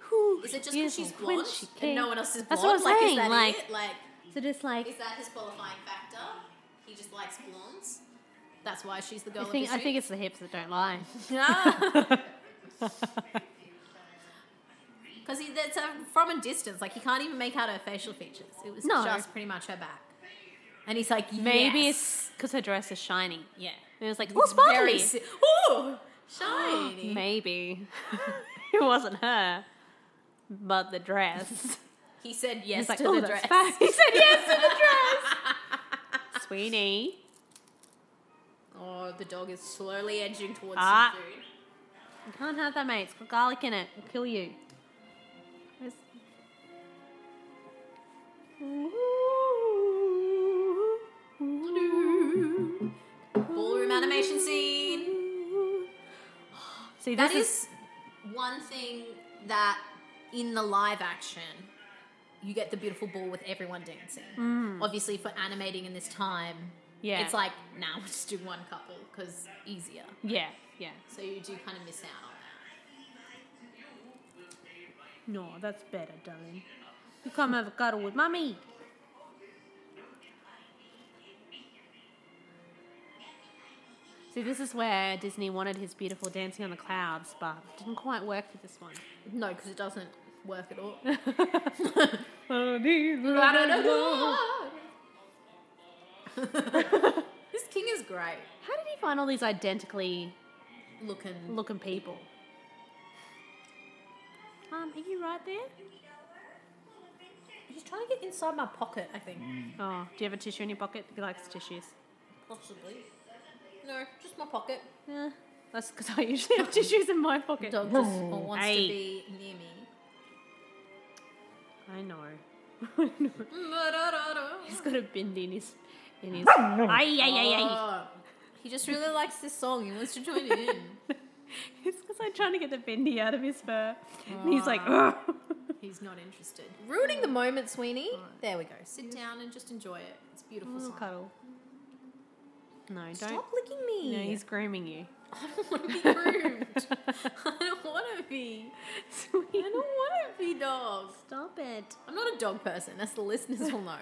Who
Is it just
she
because she's
when
blonde
she
and no
came.
one else is blonde?
That's what I'm
like,
saying.
Is that
like,
it? like,
so just
is
like,
that his qualifying factor? He just likes blondes. That's why she's the
I
girl
think
of
I
the
think it's the hips that don't lie.
Because Ah. he that's uh, from a distance, like he can't even make out her facial features. It was
No.
just pretty much her back, and he's like,
Maybe
yes.
it's because her dress is shiny.
yeah,
And it was like, oh, sparkly.
Very si- Ooh, shiny.
Maybe. it wasn't her, but the dress.
He said yes
He's like,
to
oh,
the dress.
that's fat." He said yes to the dress. Sweeney.
Oh, the dog is slowly edging towards
Ah.
some food.
You can't have that, mate. It's got garlic in it. It'll kill you. Where's-
Ballroom animation scene.
See,
That
this
is, one thing that in the live action you get the beautiful ball with everyone dancing. Obviously, for animating in this time,
Mm. Yeah.
it's like now nah, we'll just do one couple because easier.
Yeah, yeah.
So you do kind of miss out on that.
No, that's better, darling. You come have a cuddle with mummy. See, this is where Disney wanted his beautiful Dancing on the Clouds, but it didn't quite work for this one.
No, because it doesn't work at all. this king is great
How did he find all these identically
looking.
looking people? Um, are you right there?
He's trying to get inside my pocket, I think.
Oh, do you have a tissue in your pocket? He likes tissues.
Possibly. No, just my pocket.
Yeah, that's because I usually have tissues in my
The
pocket.
dog just wants
Hey.
to be near me.
I know.
Mm-hmm.
He's got a bindi in his. In his. ay, ay, ay, ay.
Oh, he just really likes this song. He wants to join in.
It's because I'm trying to get the bindi out of his fur. And he's like, Ugh.
He's not interested. Ruining the moment, Sweeney. There we go. Sit down and just enjoy it. It's a beautiful.
Little
Song.
cuddle. No, don't.
Stop licking me.
No, he's grooming you.
I don't want to be groomed. I don't want to be.
Sweet.
I don't want to be dogs.
Stop it.
I'm not a dog person. That's the listeners will know.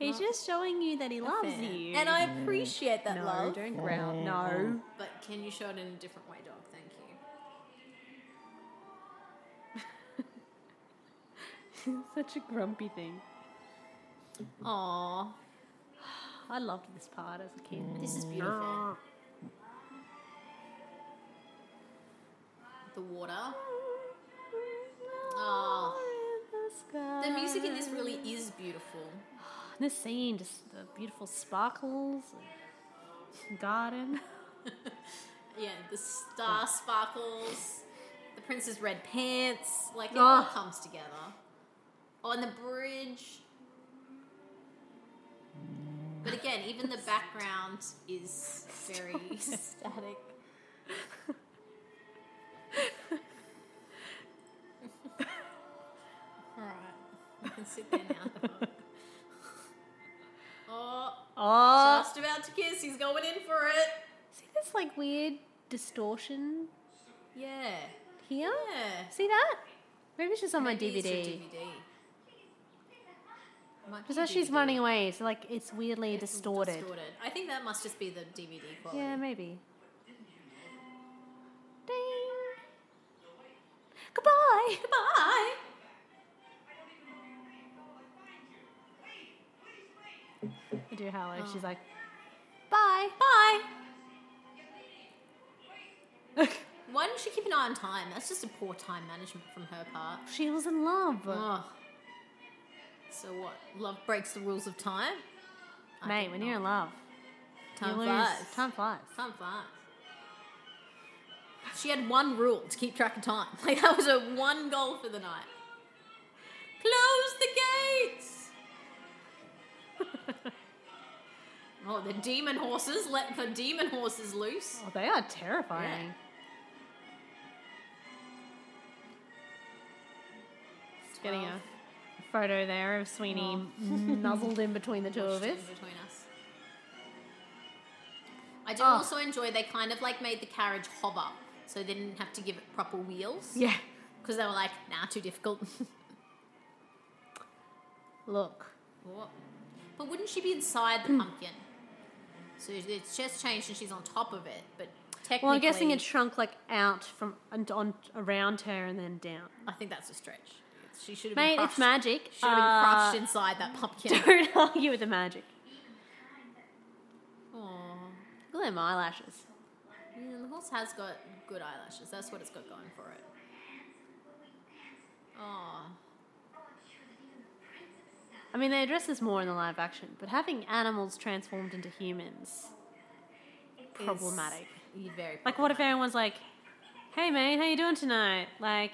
He's just showing you that he loves you.
And I appreciate that
no,
love.
don't growl. No.
But can you show it in a different way, dog? Thank you.
Such a grumpy thing.
Aw,
I loved this part as a kid.
this is beautiful. The water. Oh, the music in this really is beautiful.
This scene, just the beautiful sparkles, garden.
Yeah, the star sparkles, the prince's red pants. Like it all
Ah.
comes together. On the bridge. But again, even the background is very static. Alright, I can sit there now. oh,
Oh,
just about to kiss. He's going in for it.
see this like weird distortion
Yeah.
here.
Yeah.
See that? Maybe it's just on
Maybe
my
it's your
DVD.
DVD. Might be
Because as she's
DVD.
running away, so like it's weirdly
It's
distorted.
I think that must just be the DVD quality.
Yeah, maybe. Ding. Goodbye.
Bye.
I do how like she's like,
Bye. Oh. Bye. Why didn't she keep an eye on time? That's just a poor time management from her part.
she was in love.
Ugh. So what? Love breaks the rules of time. I
Mate,
think
when
not.
you're in love,
time
you lose.
flies.
Time flies.
Time flies. She had one rule to keep track of time. Like that was her one goal for the night. Close the gates. oh, the demon horses! Let the demon horses loose.
Oh, they are terrifying. Just getting a photo there of Sweeney
Oh.
nuzzled in between the two of us.
In between us. I did
Oh.
also enjoy. They kind of like made the carriage hover, so they didn't have to give it proper wheels.
Yeah.
Because they were like, nah, too difficult.
Look. Hmm.
What? But wouldn't she be inside the pumpkin? So it's just changed and she's on top of it, but technically.
Well, I'm guessing it shrunk like out from and on around her and then down.
I think that's a stretch. She should have
Mate,
been crushed.
it's magic.
Should have
Uh,
been crushed inside that pumpkin.
Don't argue with the magic.
Aw.
Look at them eyelashes.
Mm, the horse has got good eyelashes. That's what it's got going for it. Oh,
I mean, they address this more in the live action, but having animals transformed into humans, problematic.
He's very
Like, what if everyone's like, "Hey, mate, how you doing tonight?" Like,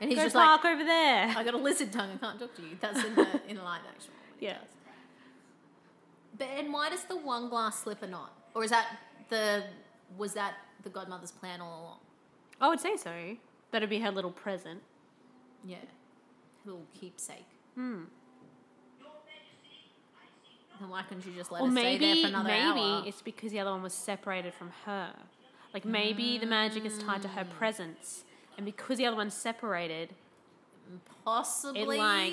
and he's
go
just
park
like,
over there.
I got a lizard tongue. I can't talk to you. That's in the in the live action. one.
yeah.
But and why does the one glass slipper not? Or is that the was that the godmother's plan all along?
I would say so. That'd be her little present.
Yeah, little keepsake. Hmm. Then why couldn't you just let
or
us stay
maybe
there for another
maybe
hour?
it's because the other one was separated from her. Like maybe the magic is tied to her
Mm.
presence, and because the other one's separated,
Possibly
like,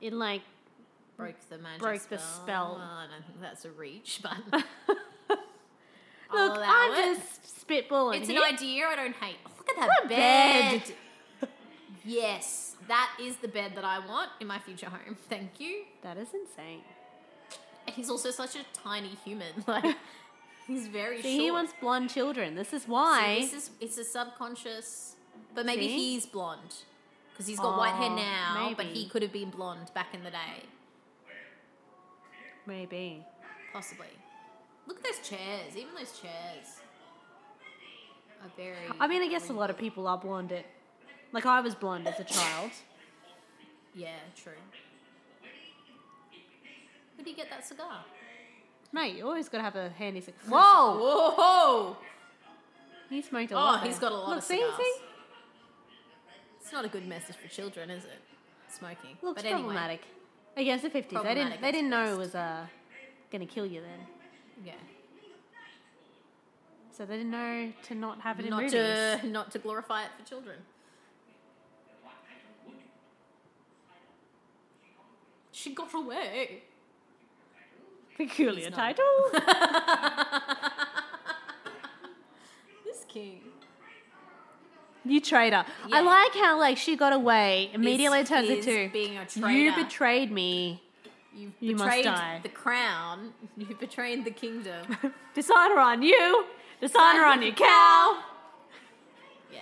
it like
broke the magic
broke
spell.
the spell.
Well, I don't think that's a reach, but I'll
look.
allow
I'm
it.
just spitballing.
It's an
here.
idea I don't hate. Oh, Look at that
What a
bed.
bed.
yes, that is the bed that I want in my future home. Thank you.
That is insane.
And he's also such a tiny human. Like he's very
See,
short.
he wants blonde children. This is
So
why.
this is it's a subconscious, but maybe
See?
he's blonde because he's got white hair
Oh,
now, but he
maybe.
could have been blonde back in the day,
Maybe.
possibly. Look at those chairs. Even those chairs are very.
I mean, I guess a lot of people are blonde. It. Like I was blonde as a child.
Yeah, true. Where do you get that cigar?
Mate, you always got to have a handy. Six-
Whoa!
He smoked a
Oh,
lot.
he's
there.
got a lot
Look,
of
see,
cigars.
see?
It's not a good message for children, is it? Smoking.
Looks
but anyway,
problematic. Against the fifties, they
Problematic
didn't. They
at
didn't know
best.
it was uh, gonna kill you then,
Yeah.
so they didn't know to not have it in
Not
movies.
to not to glorify it for children. She got away.
Peculiar
He's not.
title.
This king.
you traitor.
Yeah.
I like how like she got away immediately.
Is-
turns
is
into
being a
You
traitor."
betrayed me.
You've
You must
betrayed
die.
the crown. You've betrayed the kingdom.
Dishonor on you. Dishonor on your cow.
Yeah.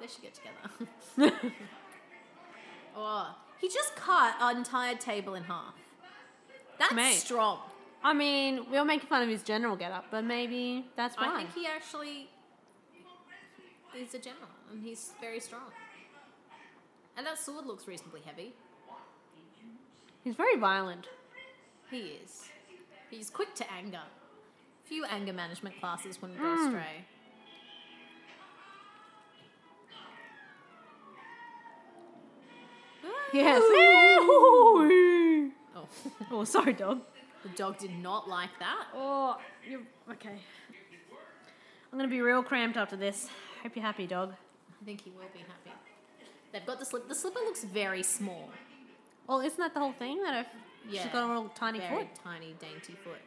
They should get together. oh, he just cut our entire table in half. That's
Mate.
strong.
I mean, we all making fun of his general getup, but maybe that's why.
I think he actually is a general, and he's very strong. And that sword looks reasonably heavy.
He's very violent.
He is. He's quick to anger. Few anger management classes wouldn't go
Hmm.
astray.
Yes.
Oh,
oh, sorry, dog.
the dog did not like that.
Oh, you okay? I'm gonna be real cramped after this. Hope you're happy, dog.
I think he will be happy. They've got the slip. The slipper looks very small.
Well, isn't that the whole thing? That if she's got a little tiny
very
foot.
tiny, dainty foot.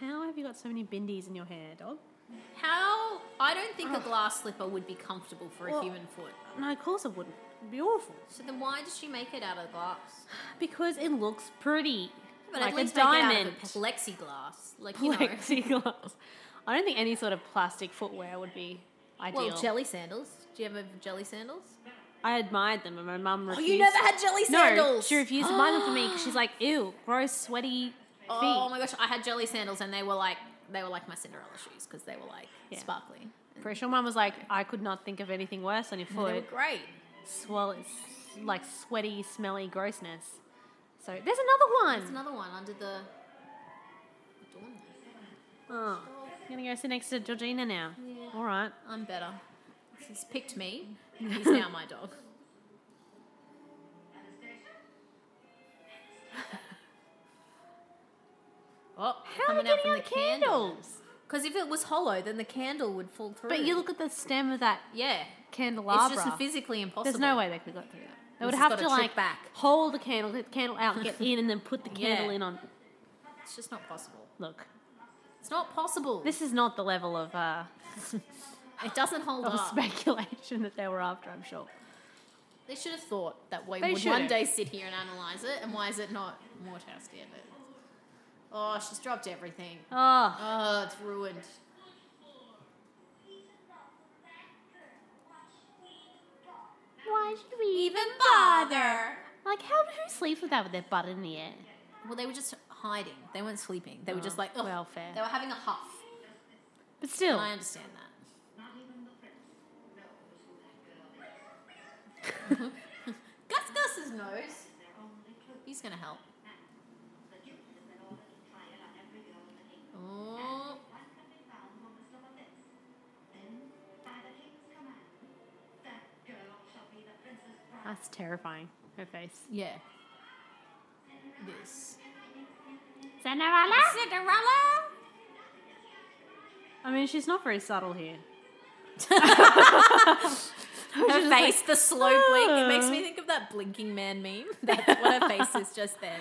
How have you got so many bindies in your hair, dog?
How? I don't think a glass slipper would be comfortable for a
Well-
human foot.
No, of course it wouldn't. It'd be awful.
So then why does she make it out of glass?
Because it looks pretty,
But
like
at least
a diamond,
make it out of a plexiglass. Like you know.
plexiglass. I don't think any sort of plastic footwear would be ideal.
Well, jelly sandals. Do you ever have jelly sandals?
I admired them, and my mum
Oh,
refused.
you never had jelly
no,
sandals.
she refused to buy them for me because she's like, "Ew, gross, sweaty feet."
Oh my gosh, I had jelly sandals and they were like they were like my Cinderella shoes because they were like
Yeah.
sparkly.
Pretty sure mum was like, I could not think of anything worse on your
And they were
foot.
great.
Swell, like sweaty, smelly grossness. So there's another
There's
one.
another one under the adornment.
Oh, I'm gonna go sit next to Georgina now. All right.
I'm better. He's picked me. He's now my dog. Oh,
How are we getting out candles?
Because if it was hollow, then the candle would fall through.
But you look at the stem of that
yeah,
candelabra.
it's just physically impossible.
There's no way they could have got through that. They
We've
would have
just gotta
to
trip
like
back.
hold the candle, get the candle out, get in, and then put the
Yeah.
candle in on.
It's just not possible.
Look,
It's not possible.
this is not the level of, uh,
it doesn't hold
of
up.
speculation that they were after. I'm sure.
They should have thought that we
They
would
should
one
have.
day sit here and analyze it. And why is it not Morthouse standard? Oh, she's dropped everything.
Oh,
Oh, it's ruined.
why should we even
bother.
Like, how who sleeps with that with their butt in the air?
Well, they were just hiding. They weren't sleeping. They were just
Oh,
like, ugh.
well, fair.
They were having a huff.
But still,
And I understand that. Gus Gus's nose. He's gonna help. Oh.
that's terrifying. Her face.
Yeah. This.
Cinderella.
Cinderella!
I mean, she's not very subtle here.
Her face, the slow blink. It makes
"Ah."
me think of that blinking man meme. That's what her face is just then.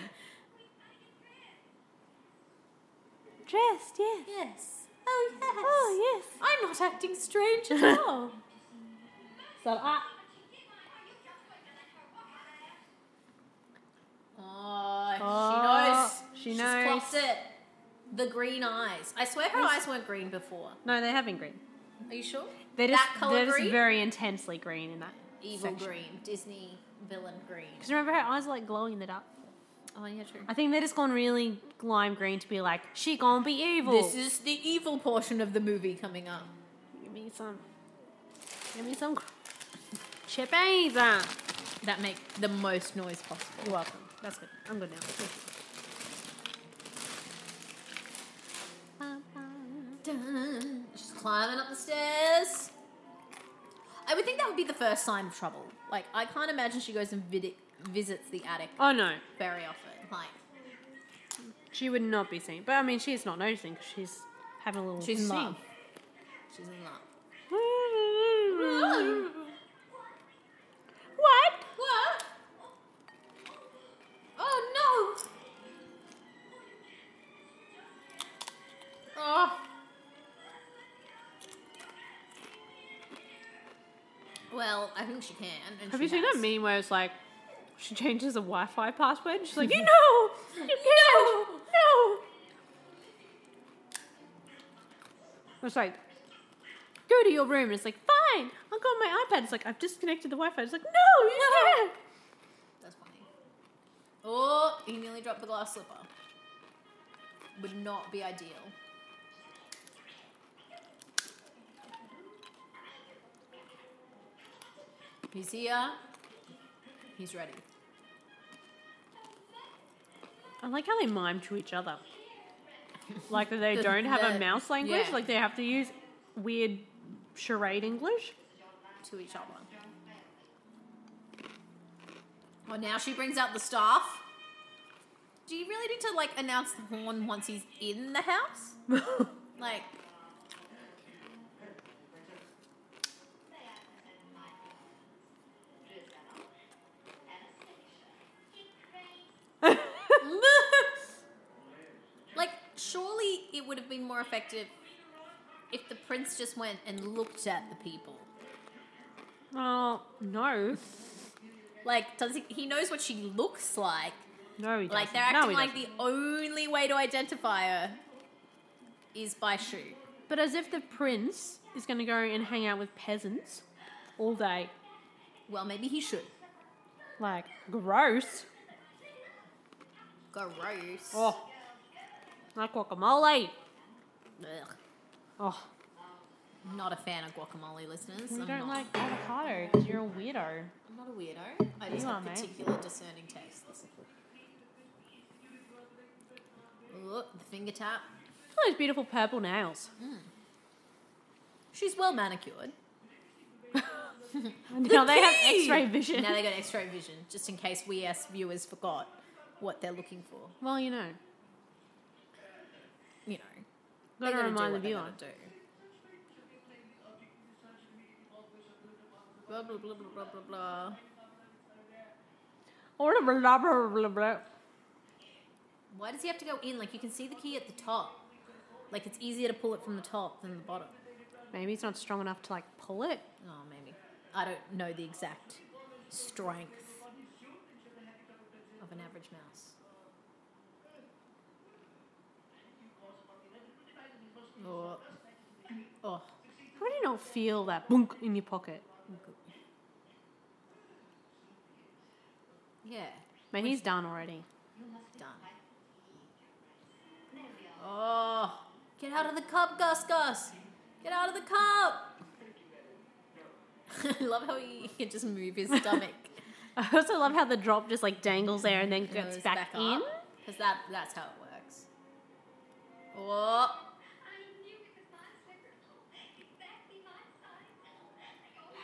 Dressed, yes.
Yes. Oh, yes.
Oh yes.
I'm not acting strange at all.
So I.
Oh,
Oh,
she knows.
she
She's
knows.
clocked it. The green eyes. I swear her eyes weren't green before.
No, they haven't green.
Are you sure?
They're just,
that color
they're just
green.
very intensely green in that.
Evil green. Disney villain green.
Because remember, her eyes are like glowing it up.
Oh yeah, true.
I think they're just gone really lime green to be like, she gonna be evil.
This is the evil portion of the movie coming up.
Give me some. Give me some. Chippies. uh.
That make the most noise possible.
You're welcome. That's good. I'm good now. Thank you.
Dun. She's climbing up the stairs. I would think that would be the first sign of trouble. Like I can't imagine she goes and vid- visits the attic
Oh no,
very often. Like
she would not be seen. But I mean, she's not noticing 'cause she's having a little.
she's in
sing.
love. She's in love.
What?
What? Oh no! Oh. Well, I think she can. and
Have
she
you seen that
has.
meme where it's like she changes a Wi-Fi password? She's like, you know, you can't, no. It's like, go to your room. And it's like, fine, I'll go on my iPad. It's like, I've disconnected the Wi-Fi. It's like, no, you can't.
That's funny. Oh, he nearly dropped the glass slipper. Would not be ideal. He's here. He's ready.
I like how they mime to each other. Like that they
The-
don't have
the-
a mouse language.
yeah.
Like they have to use weird charade English.
to each other. Well, now she brings out the staff. Do you really need to like announce the horn once he's in the house? like, like surely it would have been more effective if the prince just went and looked at the people.
Oh no,
Like, does he, he knows what she looks like?
no, he doesn't.
Like they're
No,
acting
he
like
doesn't.
the only way to identify her is by shoe.
But as if the prince is going to go and hang out with peasants all day.
Well, maybe he should.
Like, gross.
Gross.
Oh, not guacamole.
Ugh.
Oh,
Not a fan of guacamole, listeners.
we
I'm
don't
not.
like avocado because you're a weirdo.
I'm not a weirdo. I just
You
have
are, mate.
particular discerning tastes. Look, the finger tap.
Look at those beautiful purple nails.
She's well manicured.
Now they have
key!
X-ray vision.
Now they got X-ray vision, just in case we as viewers forgot what they're looking for.
well, you know,
You know, They
gotta
gotta do
remind the
what they
viewer.
gotta do. Blah blah blah blah blah blah blah.
Or blah, blah, blah, blah, blah.
Why does he have to go in? Like you can see the key at the top. Like it's easier to pull it from the top than the bottom.
Maybe it's not strong enough to like pull it.
Oh, maybe. I don't know the exact strength of an average mouse. Oh.
don't feel that boonk in your pocket.
Yeah.
Man, he's done already.
Done. Oh, get out of the cup, Gus Gus. Get out of the cup. I love how he can just move his stomach.
I also love how the drop just like dangles there and then
Goes
gets back, in.
Because that, that's how it works. Oh.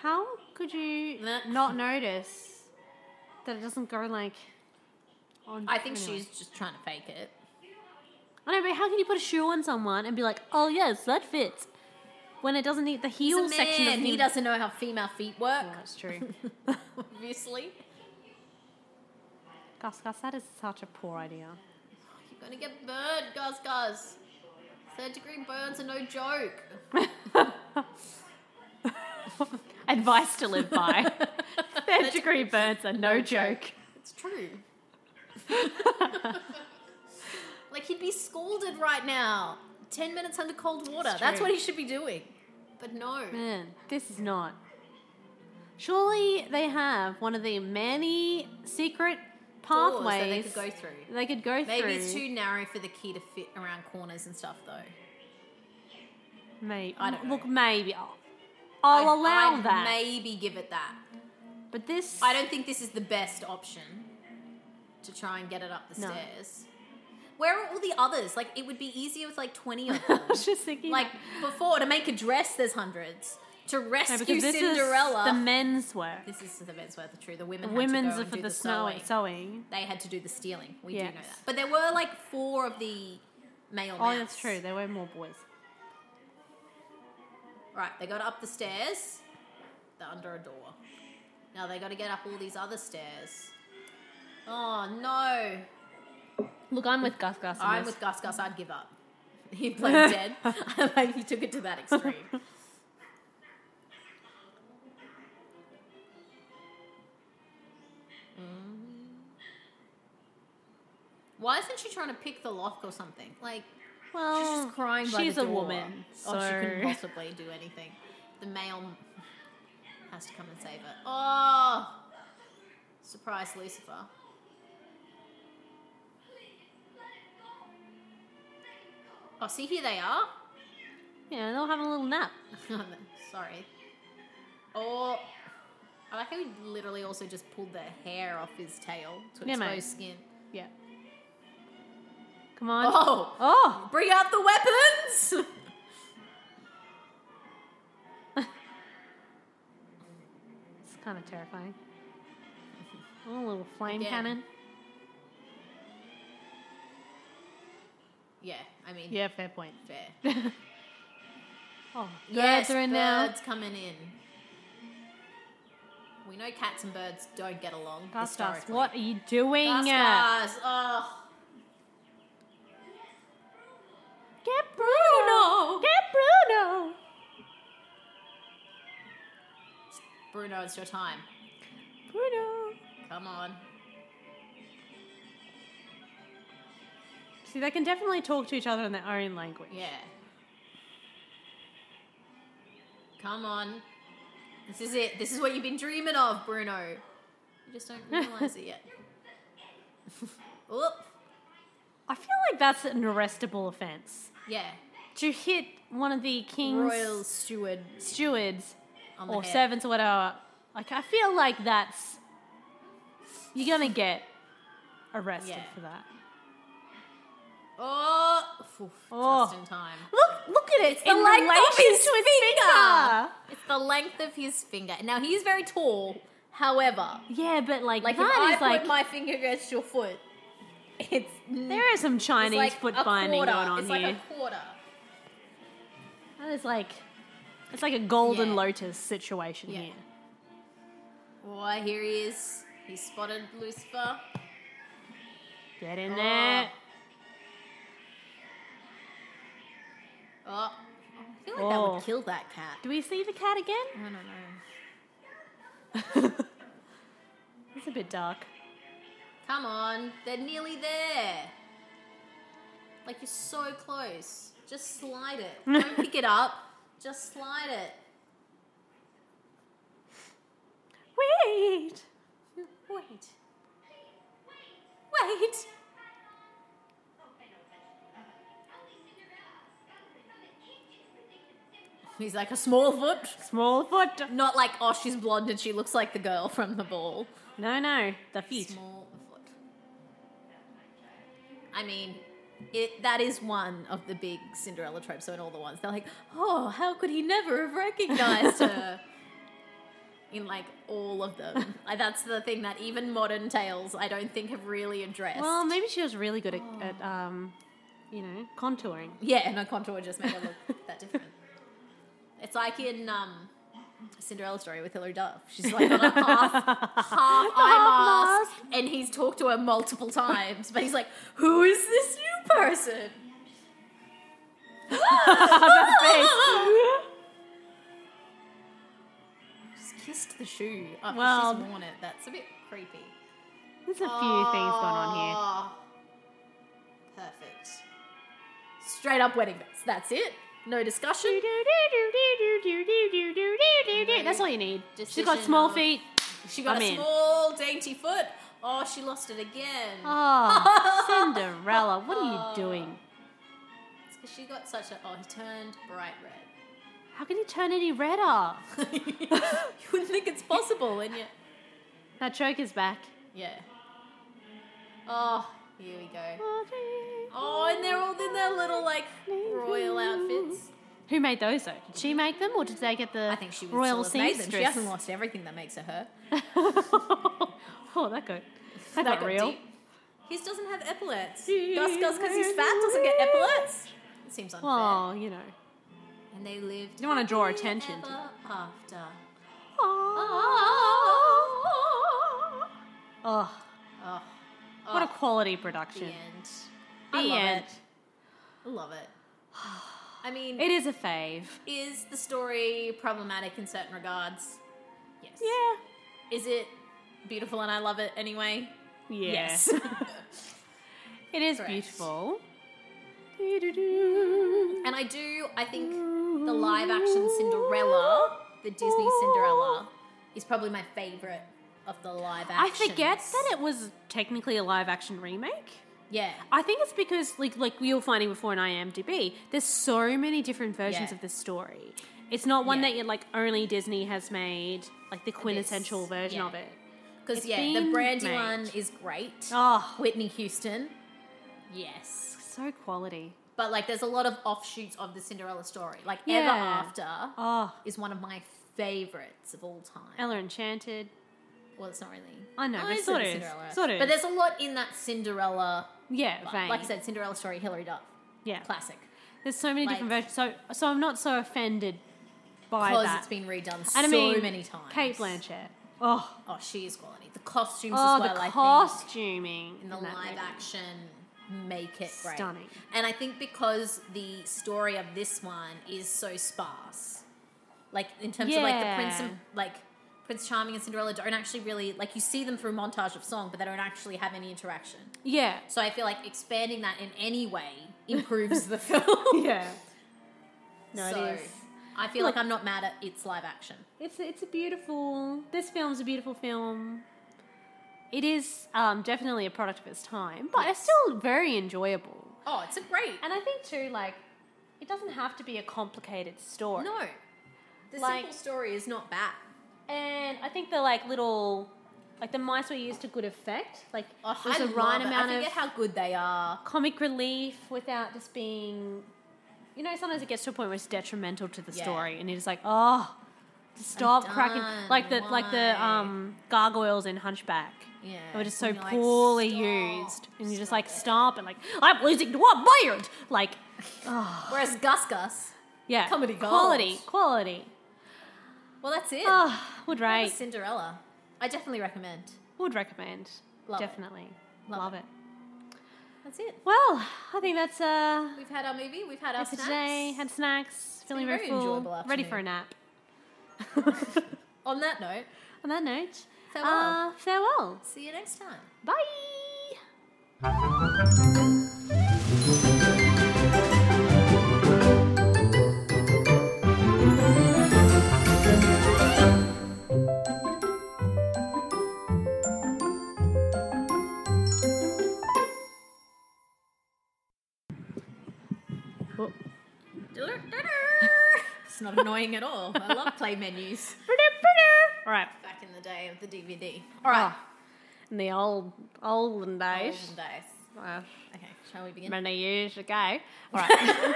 How could you
Nah.
not notice that it doesn't go like on?
I think
anyway.
she's just trying to fake it.
I know, but how can you put a shoe on someone and be like, "Oh yes, that fits," when it doesn't need the heel
He's a
section of
man. He
heel-
doesn't know how female feet work,
Oh, that's true.
obviously.
Gus, Gus, that is such a poor idea.
You're gonna get burned, Gus Gus. Third degree burns are no joke.
Advice to live by. Third degree burns are no joke.
It's true. like he'd be scalded right now. Ten minutes under cold water. That's
true.
what he should be doing. But no.
Man, this is not. Surely they have one of the many secret
Doors
pathways
that they could go through.
They could go
Maybe
through.
it's too narrow for the key to fit around corners and stuff though.
Maybe
I don't know.
look. Maybe I'll, I'll
I'd-
allow
I'd
that.
Maybe give it that.
but this,
I don't think this is the best option to try and get it up the
No.
stairs. Where are all the others? Like it would be easier with like twenty of them.
I was just thinking
like before to make a dress, there's hundreds. To
No,
rescue
because this is
Cinderella,
the men's work.
This is the men's worth of true. The
The
women.
women's
had to go
are
and
for
do
the,
the
snow
sewing.
sewing.
They had to do the stealing. We do know
Yes.
that. But there were like four of the male.
Oh,
mouse.
that's true. There were more boys.
Right, they got up the stairs. They're under a door. Now they got to get up all these other stairs. Oh no!
Look, I'm with Gus Gus. on
I'm
this.
with Gus. Gus, I'd give up. He played dead. I like he took it to that extreme. Mm. Why isn't she trying to pick the lock or something? Like
Well,
she's just crying. By
Oh, she's
the
a
door.
woman, so
Oh, she couldn't possibly do anything. The male has to come and save her. Oh, surprise, Lucifer. Oh, see, here they are.
yeah, they'll have a little nap.
Sorry. Oh, I like how he literally also just pulled the hair off his tail to
Yeah,
expose
mate.
skin.
Yeah. Come on.
Oh,
Oh,
bring out the weapons!
it's kind of terrifying. Oh, a little flame
Again.
cannon.
yeah, I mean,
Yeah, fair point.
fair.
Oh, birds
Yes,
are in now.
birds coming in. We know cats and birds don't get along.
Gus, Gus,
historically.
what are you doing?
Gus,
Uh,
Gus, oh.
Get Bruno! Get Bruno!
Bruno, it's your time.
Bruno!
Come on.
See, they can definitely talk to each other in their own language.
Yeah. Come on. This is it. This is what you've been dreaming of, Bruno. You just don't realize it yet. Oop.
I feel like that's an arrestable offence.
Yeah.
To hit one of the king's
Royal steward.
stewards
On the
or
head.
servants or whatever, like, I feel like that's. You're gonna get arrested
Yeah.
for that.
Oh, Oof,
Oh.
just in time.
Look, look at it. It's
the length of his
to his
finger. It's the length of his finger. Now he's very tall. However,
Yeah, but like,
like if
that
I
is
put
like
my finger against your foot, it's
there is some
it's
Chinese
like
foot
a
binding
quarter.
going on
it's
here.
like a quarter.
that is like it's like a golden
Yeah.
lotus situation
Yeah.
here.
Oh, here he is. He spotted Lucifer.
Get in
Oh.
there.
Oh, I feel like that
Oh.
would kill that cat.
Do we see the cat again?
I don't know.
It's a bit dark.
Come on, they're nearly there. Like you're so close. Just slide it. Don't pick it up. Just slide it.
Wait!
Wait. Wait. He's like a small foot.
Small foot.
Not like, oh, she's blonde and she looks like the girl from the ball.
No, no, the feet.
Small foot. I mean, it, that is one of the big Cinderella tropes. So in all the ones, they're like, oh, how could he never have recognized her? in like all of them, I, that's the thing that even modern tales I don't think have really addressed.
Well, maybe she was really good at, at um, you know, contouring.
yeah, no contour just made it look that different. It's like in um, Cinderella story with Hilary Duff. She's like on a half half eye mask, and he's talked to her multiple times, but he's like, "Who is this new person?" She's kissed the shoe. Oh,
Well-
she's worn it. That's a bit creepy.
There's a few things going on here.
here. Perfect. Straight up wedding dress. That's it. No discussion.
That's all you need. She got
Decision
small
of-
feet.
She got
I'm
a
in.
small, dainty foot. Oh, she lost it again.
Oh, Cinderella, what are you doing?
It's 'cause she got such a. Oh, he turned bright red.
How can you turn any redder?
you wouldn't think it's possible, and yet.
That choke is back.
Yeah. Oh, here we go. Oh, and they're all in their little, like, royal outfits.
Who made those though? Did she make them, or did they get the
I think she was
royal
still amazing. She
seamstress?
hasn't lost everything that makes her her.
oh, that got that, got,
got
real.
deep. His doesn't have epaulets. Gus Gus, because he's fat, doesn't get epaulets. It seems unfair.
Oh, you know.
And they lived.
You don't wanna draw
happily
attention to
ever after.
Oh,
Oh,
what a quality
the
production.
end.
The
I love
end.
it. I love it. I mean,
It is a fave.
is the story problematic in certain regards? Yes.
Yeah.
Is it beautiful and I love it anyway?
Yeah.
Yes.
it is
Correct.
beautiful.
And I do, I think the live action Cinderella, the Disney Cinderella, is probably my favourite of the live
I
action.
forget that it was technically a live action remake.
Yeah.
I think it's because, like, like we were finding before on IMDb, there's so many different versions
Yeah.
of this story. It's not one
Yeah.
that you like only Disney has made, like the quintessential version
yeah.
of it.
Because,
It's
yeah, the
been
Brandy
made.
one is great.
Oh.
Whitney Houston. Yes.
So quality.
But, like, there's a lot of offshoots of the Cinderella story. Like, Ever
Yeah.
After
Oh,
is one of my favourites of all time.
Ella Enchanted.
well, it's not really.
I know, but
it's
sort
a
of,
Cinderella.
sort of.
But there's a lot in that Cinderella.
Yeah,
Like,
vein.
like I said, Cinderella story, Hilary Duff.
yeah.
Classic.
There's so many different
like-
versions. So, so I'm not so offended by
Because
that.
it's been redone so
and I mean,
many times.
Kate Blanchett. Oh,
Oh, she is quality. The costumes
oh,
as well,
the
I think.
costuming
In the
that
live
movie.
action, make it great.
Stunning.
And I think because the story of this one is so sparse, like in terms of like the Prince and
Yeah.
like Prince Charming and Cinderella don't actually really like you see them through montage of song, but they don't actually have any interaction.
Yeah,
So I feel like expanding that in any way improves the film.
yeah.
No,
it
so
is.
I feel like I'm not mad at its live action.
It's it's a beautiful. This film's a beautiful film. It is um, definitely a product of its time, but it's still very enjoyable.
Oh, it's a great.
And I think too, like, it doesn't have to be a complicated story.
No. The
Like-
simple story is not bad.
And I think the like little, like the mice were used to good effect. Like
I
there's a
love
right
it.
amount
I
of
forget how good they are.
comic relief without just being. You know, sometimes it gets to a point where it's detrimental to the
Yeah.
story, and you're just like, oh, stop cracking.
done.
Like the like the
Why?
um, gargoyles in Hunchback.
Yeah.
They were just so
And you're like,
poorly
"Stop,
used, and you're just
stop
like,
it."
stop, and like, I'm losing to a bird. Like,
Whereas Gus Gus,
yeah,
Comedy gold.
quality, quality.
well, that's it.
Ah, would
That
rate,
was Cinderella. I definitely recommend.
would recommend,
Love it.
definitely,
Love
love
it.
it.
That's it.
Well, I think that's uh
We've had our movie. We've had our
it for
snacks.
today. Had snacks, feeling
been a
very
very
full,
enjoyable
ready for a
afternoon.
nap.
On that note,
On that note,
Farewell.
Uh, farewell.
see you next time.
Bye. Well,
It's not annoying at all. I love play menus
all right.
back in the day of the DVD. All right.
Oh. In the old olden days.
Golden days.
Uh,
Okay, shall we begin?
many years ago. All right.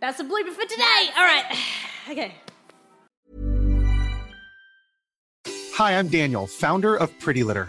That's a blooper for today. All right. Okay.
Hi, I'm Daniel, founder of Pretty Litter.